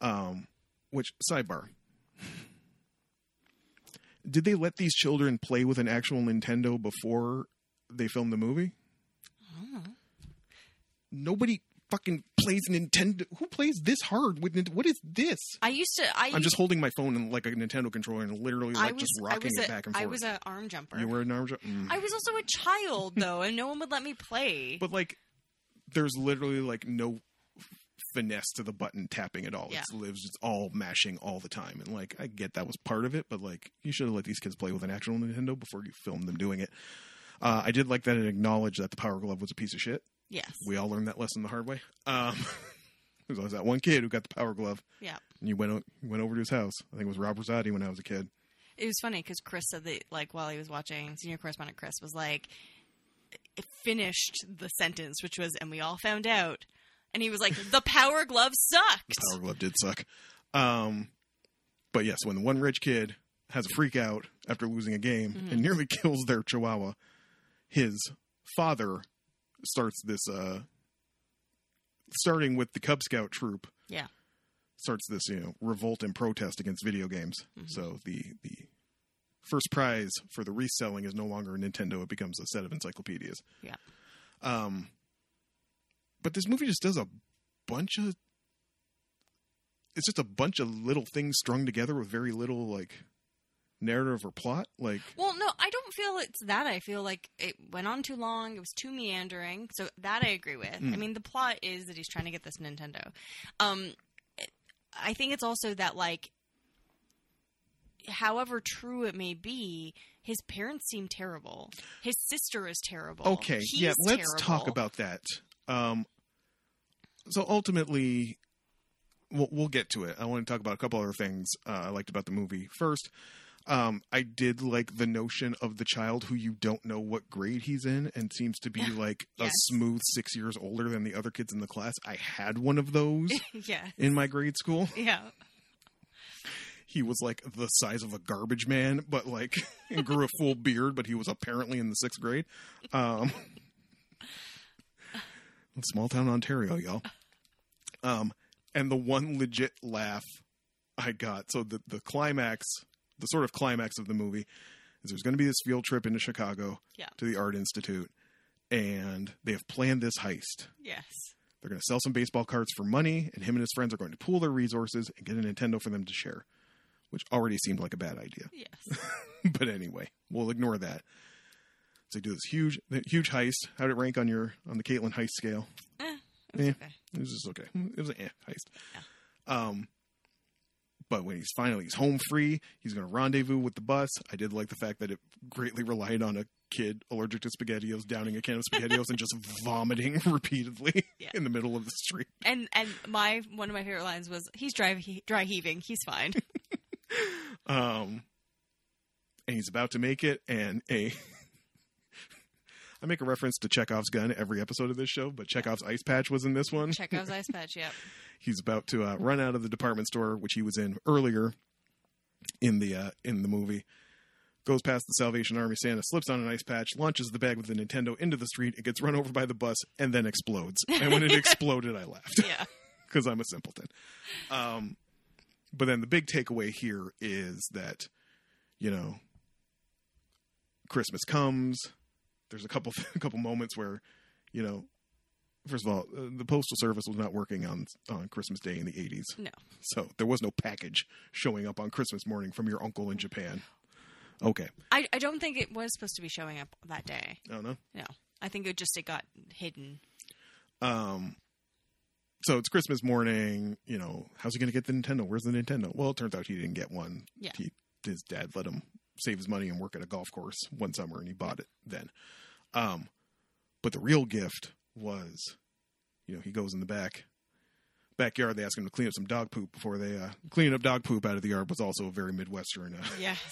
[SPEAKER 1] Um, which sidebar? Did they let these children play with an actual Nintendo before they filmed the movie?
[SPEAKER 2] Oh.
[SPEAKER 1] Nobody fucking plays Nintendo. Who plays this hard with Nintendo? What is this?
[SPEAKER 2] I used to. I
[SPEAKER 1] I'm just holding my phone in like a Nintendo controller and literally
[SPEAKER 2] I
[SPEAKER 1] like
[SPEAKER 2] was.
[SPEAKER 1] just
[SPEAKER 2] I
[SPEAKER 1] rocking
[SPEAKER 2] was.
[SPEAKER 1] it
[SPEAKER 2] A,
[SPEAKER 1] back and forth.
[SPEAKER 2] I was a arm jumper.
[SPEAKER 1] you were an arm dr- Mm.
[SPEAKER 2] I was also a child though, and no one would let me play.
[SPEAKER 1] But like, there's literally like no finesse to the button tapping at all.
[SPEAKER 2] Yeah.
[SPEAKER 1] It's lives. It's all mashing all the time. And like, I get that was part of it, but like, you should have let these kids play with an actual Nintendo before you filmed them doing it. Uh, I did like that it acknowledged that the Power Glove was a piece of shit.
[SPEAKER 2] yes.
[SPEAKER 1] We all learned that lesson the hard way. Um, there was always that one kid who got the Power Glove.
[SPEAKER 2] Yeah.
[SPEAKER 1] And you went o- you went over to his house. I think it was Rob Rosati when I was a kid.
[SPEAKER 2] It was funny because Chris said that, like, while he was watching, senior correspondent Chris was like, it finished the sentence, which was, and we all found out. And he was like, the power glove
[SPEAKER 1] The
[SPEAKER 2] sucked.
[SPEAKER 1] Power Glove did suck. Um, but yes, when the one rich kid has a freak out after losing a game
[SPEAKER 2] Mhm.
[SPEAKER 1] and nearly kills their chihuahua, his father starts this, uh, starting with the Cub Scout troop.
[SPEAKER 2] Yeah.
[SPEAKER 1] Starts this, you know, revolt and protest against video games.
[SPEAKER 2] Mhm.
[SPEAKER 1] So the, the first prize for the reselling is no longer a Nintendo. It becomes a set of encyclopedias.
[SPEAKER 2] Yeah.
[SPEAKER 1] Um, but this movie just does a bunch of it's just a bunch of little things strung together with very little like narrative or plot like
[SPEAKER 2] Well, no, I don't feel it's that. I feel like it went on too long. It was too meandering. So that I agree with.
[SPEAKER 1] Mm.
[SPEAKER 2] I mean, the plot is that he's trying to get this Nintendo. Um, it- I think it's also that like, however true it may be, his parents seem terrible. His sister is terrible.
[SPEAKER 1] okay
[SPEAKER 2] He's
[SPEAKER 1] yeah let's talk
[SPEAKER 2] terrible.
[SPEAKER 1] about that um so ultimately we'll, we'll get to it i want to talk about a couple other things uh, i liked about the movie first um i did like the notion of the child who you don't know what grade he's in and seems to be
[SPEAKER 2] Yeah.
[SPEAKER 1] like a
[SPEAKER 2] Yes.
[SPEAKER 1] smooth six years older than the other kids in the class i had one of those
[SPEAKER 2] yeah,
[SPEAKER 1] in my grade school
[SPEAKER 2] yeah.
[SPEAKER 1] he was like the size of a garbage man, but like and grew a full beard, but he was apparently in the sixth grade. Um, small town Ontario, y'all. Um, and the one legit laugh I got. So the the climax, the sort of climax of the movie, is there's going to be this field trip into Chicago
[SPEAKER 2] Yeah.
[SPEAKER 1] to the Art Institute, and they have planned this heist.
[SPEAKER 2] Yes.
[SPEAKER 1] They're going to sell some baseball cards for money, and him and his friends are going to pool their resources and get a Nintendo for them to share, which already seemed like a bad idea.
[SPEAKER 2] Yes.
[SPEAKER 1] but anyway, we'll ignore that. So they do this huge, huge heist. How'd it rank on your on the Caitlin heist scale?
[SPEAKER 2] It was
[SPEAKER 1] Yeah.
[SPEAKER 2] okay.
[SPEAKER 1] It was just okay. It was an eh, heist. Um, but when he's finally he's home free, he's going to rendezvous with the bus. I did like the fact that it greatly relied on a kid allergic to spaghettios downing a can of spaghettios and just vomiting repeatedly
[SPEAKER 2] Yeah.
[SPEAKER 1] in the middle of the street.
[SPEAKER 2] And and my one of my favorite lines was, "He's dry he, dry heaving. He's fine."
[SPEAKER 1] Um, and he's about to make it, and a. I make a reference to Chekhov's gun every episode of this show, but Chekhov's ice patch was in this one.
[SPEAKER 2] Chekhov's ice patch. Yep.
[SPEAKER 1] He's about to uh, run out of the department store which he was in earlier in the uh, in the movie. Goes past the Salvation Army Santa, slips on an ice patch, launches the bag with the Nintendo into the street. It gets run over by the bus and then explodes. And when it exploded, I laughed
[SPEAKER 2] Yeah.
[SPEAKER 1] because I'm a simpleton. Um, but then the big takeaway here is that, you know, Christmas comes. There's a couple a couple moments where, you know, first of all, uh, the postal service was not working on on Christmas Day in the 80s.
[SPEAKER 2] No.
[SPEAKER 1] So there was no package showing up on Christmas morning from your uncle in Japan. Okay.
[SPEAKER 2] I I don't think it was supposed to be showing up that day.
[SPEAKER 1] I don't know.
[SPEAKER 2] No, I think it just it got hidden.
[SPEAKER 1] Um, so it's Christmas morning. You know, how's he going to get the Nintendo? Where's the Nintendo? Well, it turns out he didn't get one.
[SPEAKER 2] Yeah.
[SPEAKER 1] He, his dad let him save his money and work at a golf course one summer, and he bought it then. Um, but the real gift was, you know, he goes in the back backyard. They ask him to clean up some dog poop before they uh, cleaning up dog poop out of the yard was also a very midwestern uh,
[SPEAKER 2] Yes.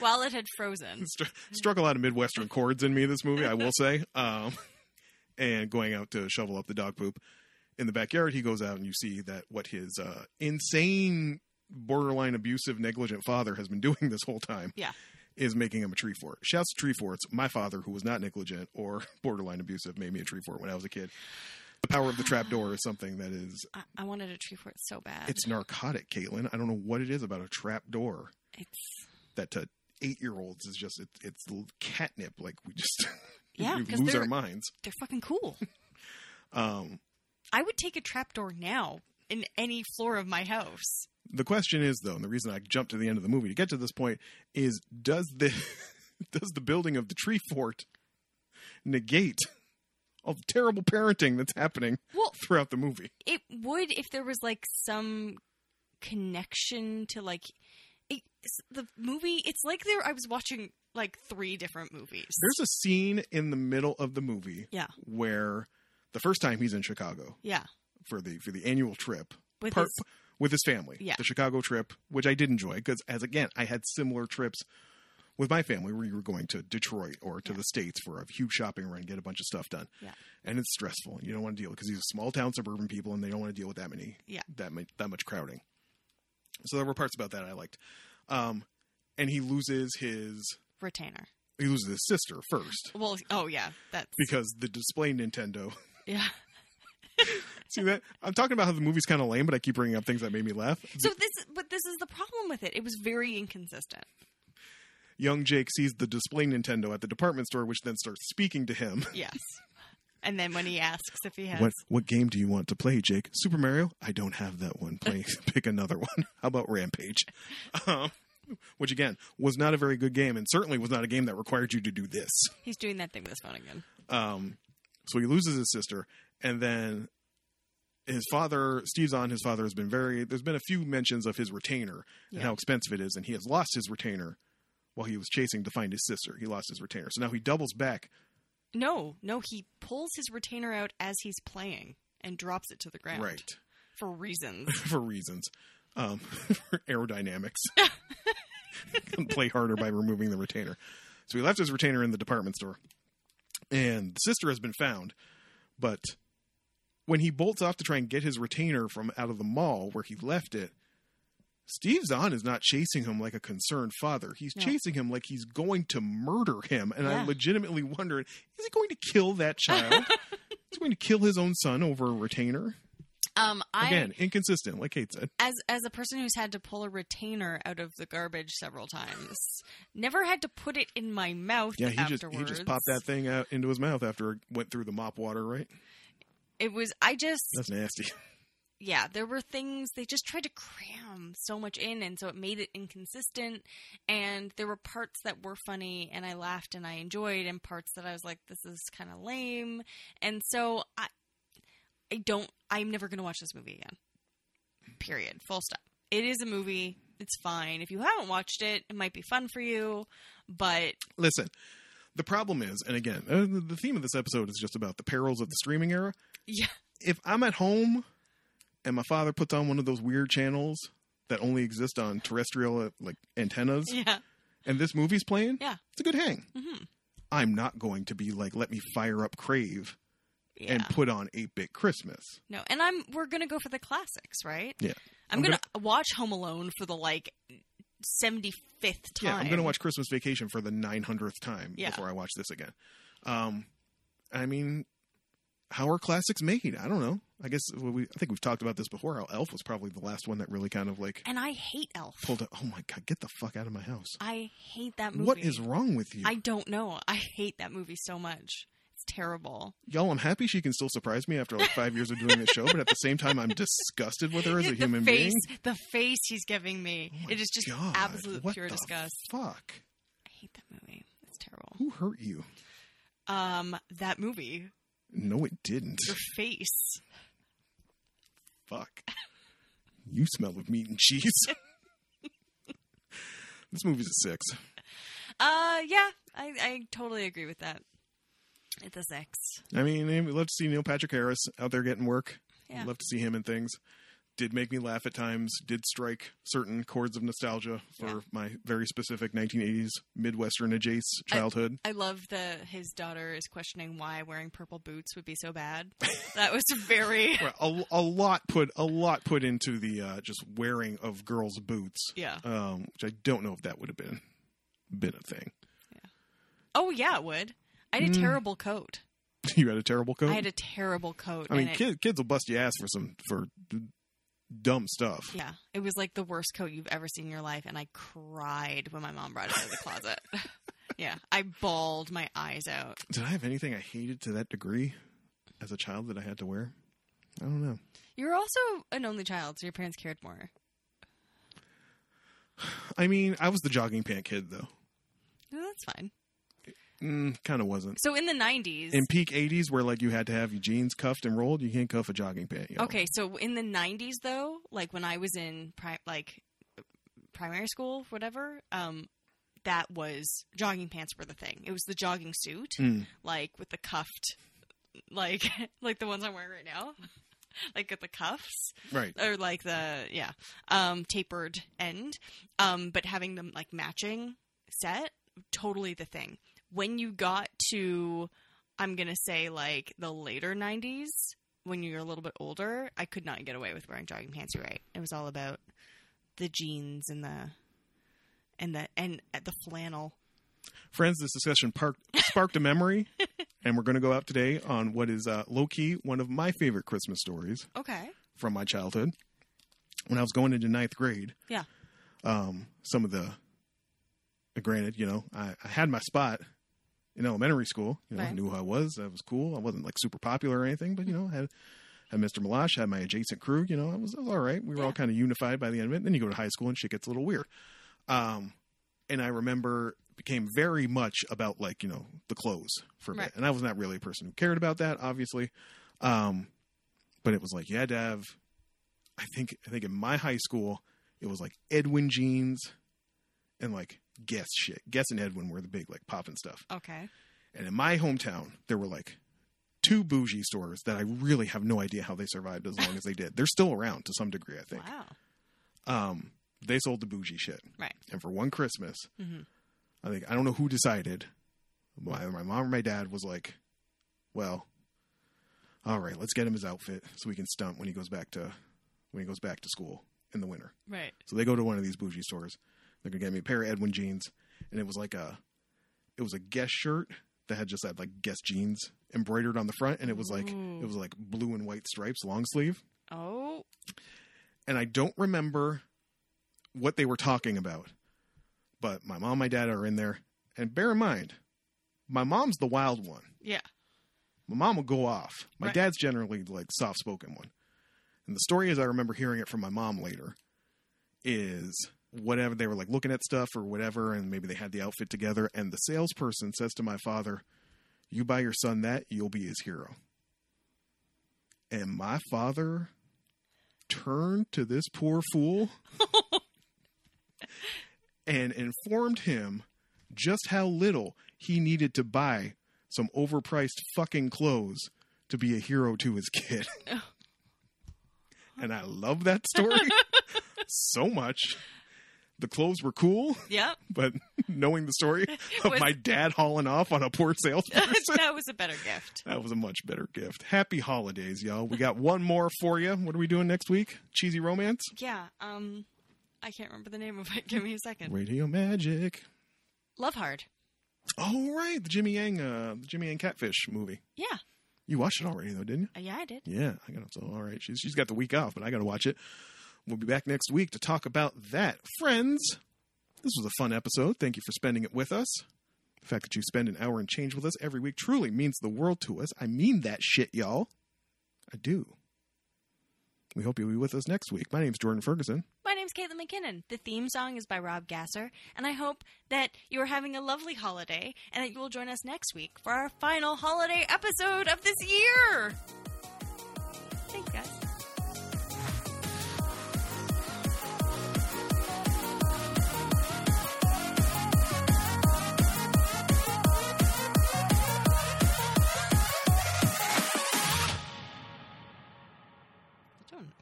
[SPEAKER 2] While it had frozen.
[SPEAKER 1] str- struck a lot of midwestern chords in me this movie i will say um, and going out to shovel up the dog poop in the backyard he goes out and you see that what his uh, insane borderline abusive negligent father has been doing this whole time
[SPEAKER 2] Yeah.
[SPEAKER 1] is making him a tree fort shouts to tree forts my father who was not negligent or borderline abusive made me a tree fort when i was a kid the power of the trap door is something that is
[SPEAKER 2] I, I wanted a tree fort so bad.
[SPEAKER 1] it's narcotic caitlin i don't know what it is about a trap door
[SPEAKER 2] It's-
[SPEAKER 1] that to eight year olds is just it, it's l- catnip like we just
[SPEAKER 2] yeah,
[SPEAKER 1] we
[SPEAKER 2] because
[SPEAKER 1] lose
[SPEAKER 2] they're
[SPEAKER 1] our minds
[SPEAKER 2] they're fucking cool.
[SPEAKER 1] um
[SPEAKER 2] I would take a trapdoor now in any floor of my house.
[SPEAKER 1] the question is though and the reason i jumped to the end of the movie to get to this point is does the does the building of the tree fort negate all the terrible parenting that's happening
[SPEAKER 2] Well,
[SPEAKER 1] throughout the movie
[SPEAKER 2] it would if there was like some connection to like it, s- the movie. It's like there. I was watching like three different movies.
[SPEAKER 1] there's a scene in the middle of the movie
[SPEAKER 2] Yeah.
[SPEAKER 1] where the first time he's in chicago
[SPEAKER 2] yeah,
[SPEAKER 1] for the for the annual trip
[SPEAKER 2] with
[SPEAKER 1] Part-
[SPEAKER 2] this-
[SPEAKER 1] with his family.
[SPEAKER 2] Yeah.
[SPEAKER 1] The Chicago trip, which I did enjoy because, as again, I had similar trips with my family where you were going to Detroit or to
[SPEAKER 2] Yeah.
[SPEAKER 1] the States for a huge shopping run, get a bunch of stuff done.
[SPEAKER 2] Yeah.
[SPEAKER 1] And it's stressful. You don't want to deal because these are small town suburban people and they don't want to deal with that many,
[SPEAKER 2] Yeah.
[SPEAKER 1] that, much, that much crowding. So there were parts about that I liked. Um, and he loses his,
[SPEAKER 2] retainer.
[SPEAKER 1] he loses his sister first
[SPEAKER 2] Well, oh yeah, that's
[SPEAKER 1] because the display Nintendo.
[SPEAKER 2] yeah.
[SPEAKER 1] See that? I'm talking about how the movie's kind of lame, but I keep bringing up things that made me laugh.
[SPEAKER 2] So this, but this is the problem with it. It was very inconsistent.
[SPEAKER 1] young Jake sees the display Nintendo at the department store, which then starts speaking to him.
[SPEAKER 2] Yes. And then when he asks if he has,
[SPEAKER 1] What what game do you want to play, Jake? Super Mario? I don't have that one. Play pick another one. How about Rampage? Um, which again was not a very good game, and certainly was not a game that required you to do this.
[SPEAKER 2] he's doing that thing with his phone again.
[SPEAKER 1] Um, so he loses his sister, and then his father, Steve's on. His father has been very. There's been a few mentions of his retainer and
[SPEAKER 2] Yeah.
[SPEAKER 1] how expensive it is, and he has lost his retainer while he was chasing to find his sister. He lost his retainer, so now he doubles back
[SPEAKER 2] No, no, he pulls his retainer out as he's playing and drops it to the ground.
[SPEAKER 1] right
[SPEAKER 2] For reasons.
[SPEAKER 1] for reasons um, for aerodynamics Couldn't play harder by removing the retainer so he left his retainer in the department store and the sister has been found but when he bolts off to try and get his retainer from out of the mall where he left it Steve Zahn is not chasing him like a concerned father. He's
[SPEAKER 2] No.
[SPEAKER 1] chasing him like he's going to murder him. And I
[SPEAKER 2] Yeah.
[SPEAKER 1] legitimately wondered is he going to kill that child? is he going to kill his own son over a retainer?
[SPEAKER 2] Um, I
[SPEAKER 1] Again, inconsistent, like Kate said.
[SPEAKER 2] as as a person who's had to pull a retainer out of the garbage several times, never had to put it in my mouth.
[SPEAKER 1] Yeah, he
[SPEAKER 2] afterwards.
[SPEAKER 1] just he just popped that thing out into his mouth after it went through the mop water, right?
[SPEAKER 2] It was I just
[SPEAKER 1] That's nasty.
[SPEAKER 2] yeah, there were things they just tried to cram so much in, and so it made it inconsistent. And there were parts that were funny, and I laughed and I enjoyed, and parts that I was like, "This is kind of lame." And so I, I don't. I'm never going to watch this movie again. Period. Full stop. It is a movie. It's fine. If you haven't watched it, it might be fun for you, but
[SPEAKER 1] Listen, The problem is, and again, uh, the- the theme of this episode is just about the perils of the streaming era.
[SPEAKER 2] Yeah.
[SPEAKER 1] If I'm at home and my father puts on one of those weird channels that only exist on terrestrial uh, like antennas,
[SPEAKER 2] Yeah.
[SPEAKER 1] and this movie's playing,
[SPEAKER 2] Yeah.
[SPEAKER 1] it's a good hang.
[SPEAKER 2] Mm-hmm.
[SPEAKER 1] I'm not going to be like, let me fire up Crave
[SPEAKER 2] Yeah.
[SPEAKER 1] and put on 8 Bit Christmas.
[SPEAKER 2] no, and I'm we're gonna go for the classics, right?
[SPEAKER 1] Yeah.
[SPEAKER 2] I'm,
[SPEAKER 1] I'm
[SPEAKER 2] gonna, watch Home Alone for the like seventy fifth time.
[SPEAKER 1] Yeah, I'm going to watch Christmas Vacation for the 900th time
[SPEAKER 2] Yeah.
[SPEAKER 1] before I watch this again. Um, I mean, how are classics made? I don't know. I guess well, we I think we've talked about this before. How Elf was probably the last one that really kind of like
[SPEAKER 2] And I hate Elf.
[SPEAKER 1] pulled. A, oh my god, get the fuck out of my house!
[SPEAKER 2] I hate that movie.
[SPEAKER 1] What is wrong with you,
[SPEAKER 2] I don't know. I hate that movie so much. It's terrible.
[SPEAKER 1] y'all? I'm happy she can still surprise me after like five years of doing this show, but at the same time, I'm disgusted with her as a
[SPEAKER 2] the
[SPEAKER 1] human
[SPEAKER 2] face,
[SPEAKER 1] being.
[SPEAKER 2] the face he's giving me,
[SPEAKER 1] Oh my
[SPEAKER 2] it is just
[SPEAKER 1] God,
[SPEAKER 2] absolute
[SPEAKER 1] what
[SPEAKER 2] pure
[SPEAKER 1] the
[SPEAKER 2] disgust.
[SPEAKER 1] Fuck,
[SPEAKER 2] I hate that movie. It's terrible.
[SPEAKER 1] who hurt you?
[SPEAKER 2] Um, that movie,
[SPEAKER 1] No, it didn't.
[SPEAKER 2] your face.
[SPEAKER 1] fuck. You smell of meat and cheese. this movie's a six.
[SPEAKER 2] Uh, yeah, I, I totally agree with that. It's a six.
[SPEAKER 1] I mean, we love to see Neil Patrick Harris out there getting work.
[SPEAKER 2] Yeah.
[SPEAKER 1] Love to see him in things. Did make me laugh at times. Did strike certain chords of nostalgia for
[SPEAKER 2] Yeah.
[SPEAKER 1] my very specific 1980s Midwestern adjacent childhood.
[SPEAKER 2] I love the his daughter is questioning why wearing purple boots would be so bad. that was very
[SPEAKER 1] Well, a, a lot put a lot put into the uh, just wearing of girls' boots,
[SPEAKER 2] yeah.
[SPEAKER 1] um, which I don't know if that would have been been a thing.
[SPEAKER 2] Oh yeah, it would. I had a
[SPEAKER 1] Mm.
[SPEAKER 2] terrible coat.
[SPEAKER 1] you had a terrible coat.
[SPEAKER 2] I had a terrible coat.
[SPEAKER 1] I mean,
[SPEAKER 2] and it-
[SPEAKER 1] kid, kids will bust your ass for some for d- dumb stuff.
[SPEAKER 2] Yeah, it was like the worst coat you've ever seen in your life, and I cried when my mom brought it out of the closet. yeah, I bawled my eyes out.
[SPEAKER 1] Did I have anything I hated to that degree as a child that I had to wear? I don't know.
[SPEAKER 2] You were also an only child, so your parents cared more.
[SPEAKER 1] I mean, I was the jogging pant kid though.
[SPEAKER 2] No, that's fine.
[SPEAKER 1] Mm, kind of wasn't.
[SPEAKER 2] So in the nineties,
[SPEAKER 1] In peak '80s, where like you had to have your jeans cuffed and rolled, you can't cuff a jogging pant. Yo.
[SPEAKER 2] okay, so in the nineties though, like when I was in pri- like primary school, whatever, um, that was jogging pants were the thing. It was the jogging suit,
[SPEAKER 1] Mm.
[SPEAKER 2] like with the cuffed, like like the ones I'm wearing right now, like at the cuffs.
[SPEAKER 1] right.
[SPEAKER 2] or like the yeah um tapered end um but having them like matching set totally the thing when you got to i'm gonna say like the later 90s when you're a little bit older i could not get away with wearing jogging pants you're right it was all about the jeans and the and the and uh, the flannel
[SPEAKER 1] Friends, this discussion parked, sparked a memory, and we're going to go out today on what is uh, low key one of my favorite Christmas stories.
[SPEAKER 2] okay
[SPEAKER 1] from my childhood. When I was going into ninth grade,
[SPEAKER 2] Yeah.
[SPEAKER 1] um, some of the, granted, you know, I, I had my spot in elementary school. You know, I
[SPEAKER 2] Right.
[SPEAKER 1] knew who I was. That was cool. I wasn't like super popular or anything, but you know, I had had Mr. Malash, had my adjacent crew. You know, I was, I was all right. We were all
[SPEAKER 2] Yeah.
[SPEAKER 1] kind of unified by the end of it. Then you go to high school and shit gets a little weird. Um, and I remember it became very much about like you know the clothes for me,
[SPEAKER 2] Right.
[SPEAKER 1] and I was not really a person who cared about that, obviously. Um, but it was like you had to have. I think I think in my high school it was like Edwin jeans, and like Guess shit. Guess and Edwin were the big like poppin' stuff.
[SPEAKER 2] okay
[SPEAKER 1] And in my hometown, there were like two bougie stores that I really have no idea how they survived as long as they did. They're still around to some degree, I think.
[SPEAKER 2] wow
[SPEAKER 1] Um, they sold the bougie shit.
[SPEAKER 2] Right.
[SPEAKER 1] And for one Christmas,
[SPEAKER 2] Mhm.
[SPEAKER 1] I think I don't know who decided. My my mom or my dad was like, "Well, all right, let's get him his outfit so we can stunt when he goes back to when he goes back to school in the winter."
[SPEAKER 2] right
[SPEAKER 1] So they go to one of these bougie stores. They're gonna get me a pair of Edwin jeans, and it was like a, it was a Guess shirt that had just had like Guess jeans embroidered on the front, and it was like
[SPEAKER 2] Ooh.
[SPEAKER 1] it was like blue and white stripes, long sleeve.
[SPEAKER 2] oh
[SPEAKER 1] And I don't remember what they were talking about, but my mom, and my dad are in there, and bear in mind, my mom's the wild one.
[SPEAKER 2] yeah
[SPEAKER 1] My mom will go off. My
[SPEAKER 2] Right.
[SPEAKER 1] dad's generally like soft spoken one. And the story as I remember hearing it from my mom later is whatever they were like looking at stuff or whatever, and maybe they had the outfit together, and the salesperson says to my father, You buy your son that, you'll be his hero. And my father turned to this poor fool and informed him just how little he needed to buy some overpriced fucking clothes to be a hero to his kid. and I love that story so much. The clothes were cool,
[SPEAKER 2] Yep.
[SPEAKER 1] but knowing the story of
[SPEAKER 2] Was-
[SPEAKER 1] my dad hauling off on a poor salesperson,
[SPEAKER 2] that was a better gift.
[SPEAKER 1] that was a much better gift. Happy holidays, y'all. We got one more for you. What are we doing next week? Cheesy romance?
[SPEAKER 2] Yeah. Um, I can't remember the name of it. Give me a second.
[SPEAKER 1] Radio magic.
[SPEAKER 2] Love Hard.
[SPEAKER 1] Oh right, the Jimmy Yang, uh, the Jimmy Yang catfish movie.
[SPEAKER 2] Yeah.
[SPEAKER 1] You watched it already though, didn't you?
[SPEAKER 2] Uh, Yeah, I did.
[SPEAKER 1] Yeah, I got it. So all right, she's she's got the week off, but I got to watch it. We'll be back next week to talk about that, friends. This was a fun episode. Thank you for spending it with us. The fact that you spend an hour and change with us every week truly means the world to us. I mean that shit, y'all. I do. We hope you'll be with us next week. My name's Jordan Ferguson.
[SPEAKER 2] My name's Caitlin McKinnon. The theme song is by Rob Gasser, and I hope that you are having a lovely holiday and that you will join us next week for our final holiday episode of this year. Thanks, guys.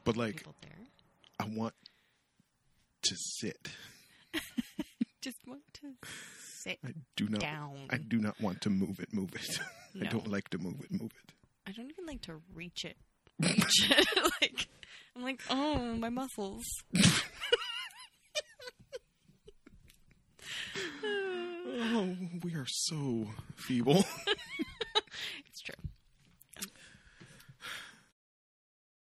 [SPEAKER 1] But, like- people I want to sit.
[SPEAKER 2] just want to sit
[SPEAKER 1] I do not.
[SPEAKER 2] down.
[SPEAKER 1] I do not want to move it. Move it.
[SPEAKER 2] No.
[SPEAKER 1] I don't like to move it. Move it.
[SPEAKER 2] I don't even like to reach it. Reach it. like I'm like, oh, my muscles.
[SPEAKER 1] Oh, we are so feeble.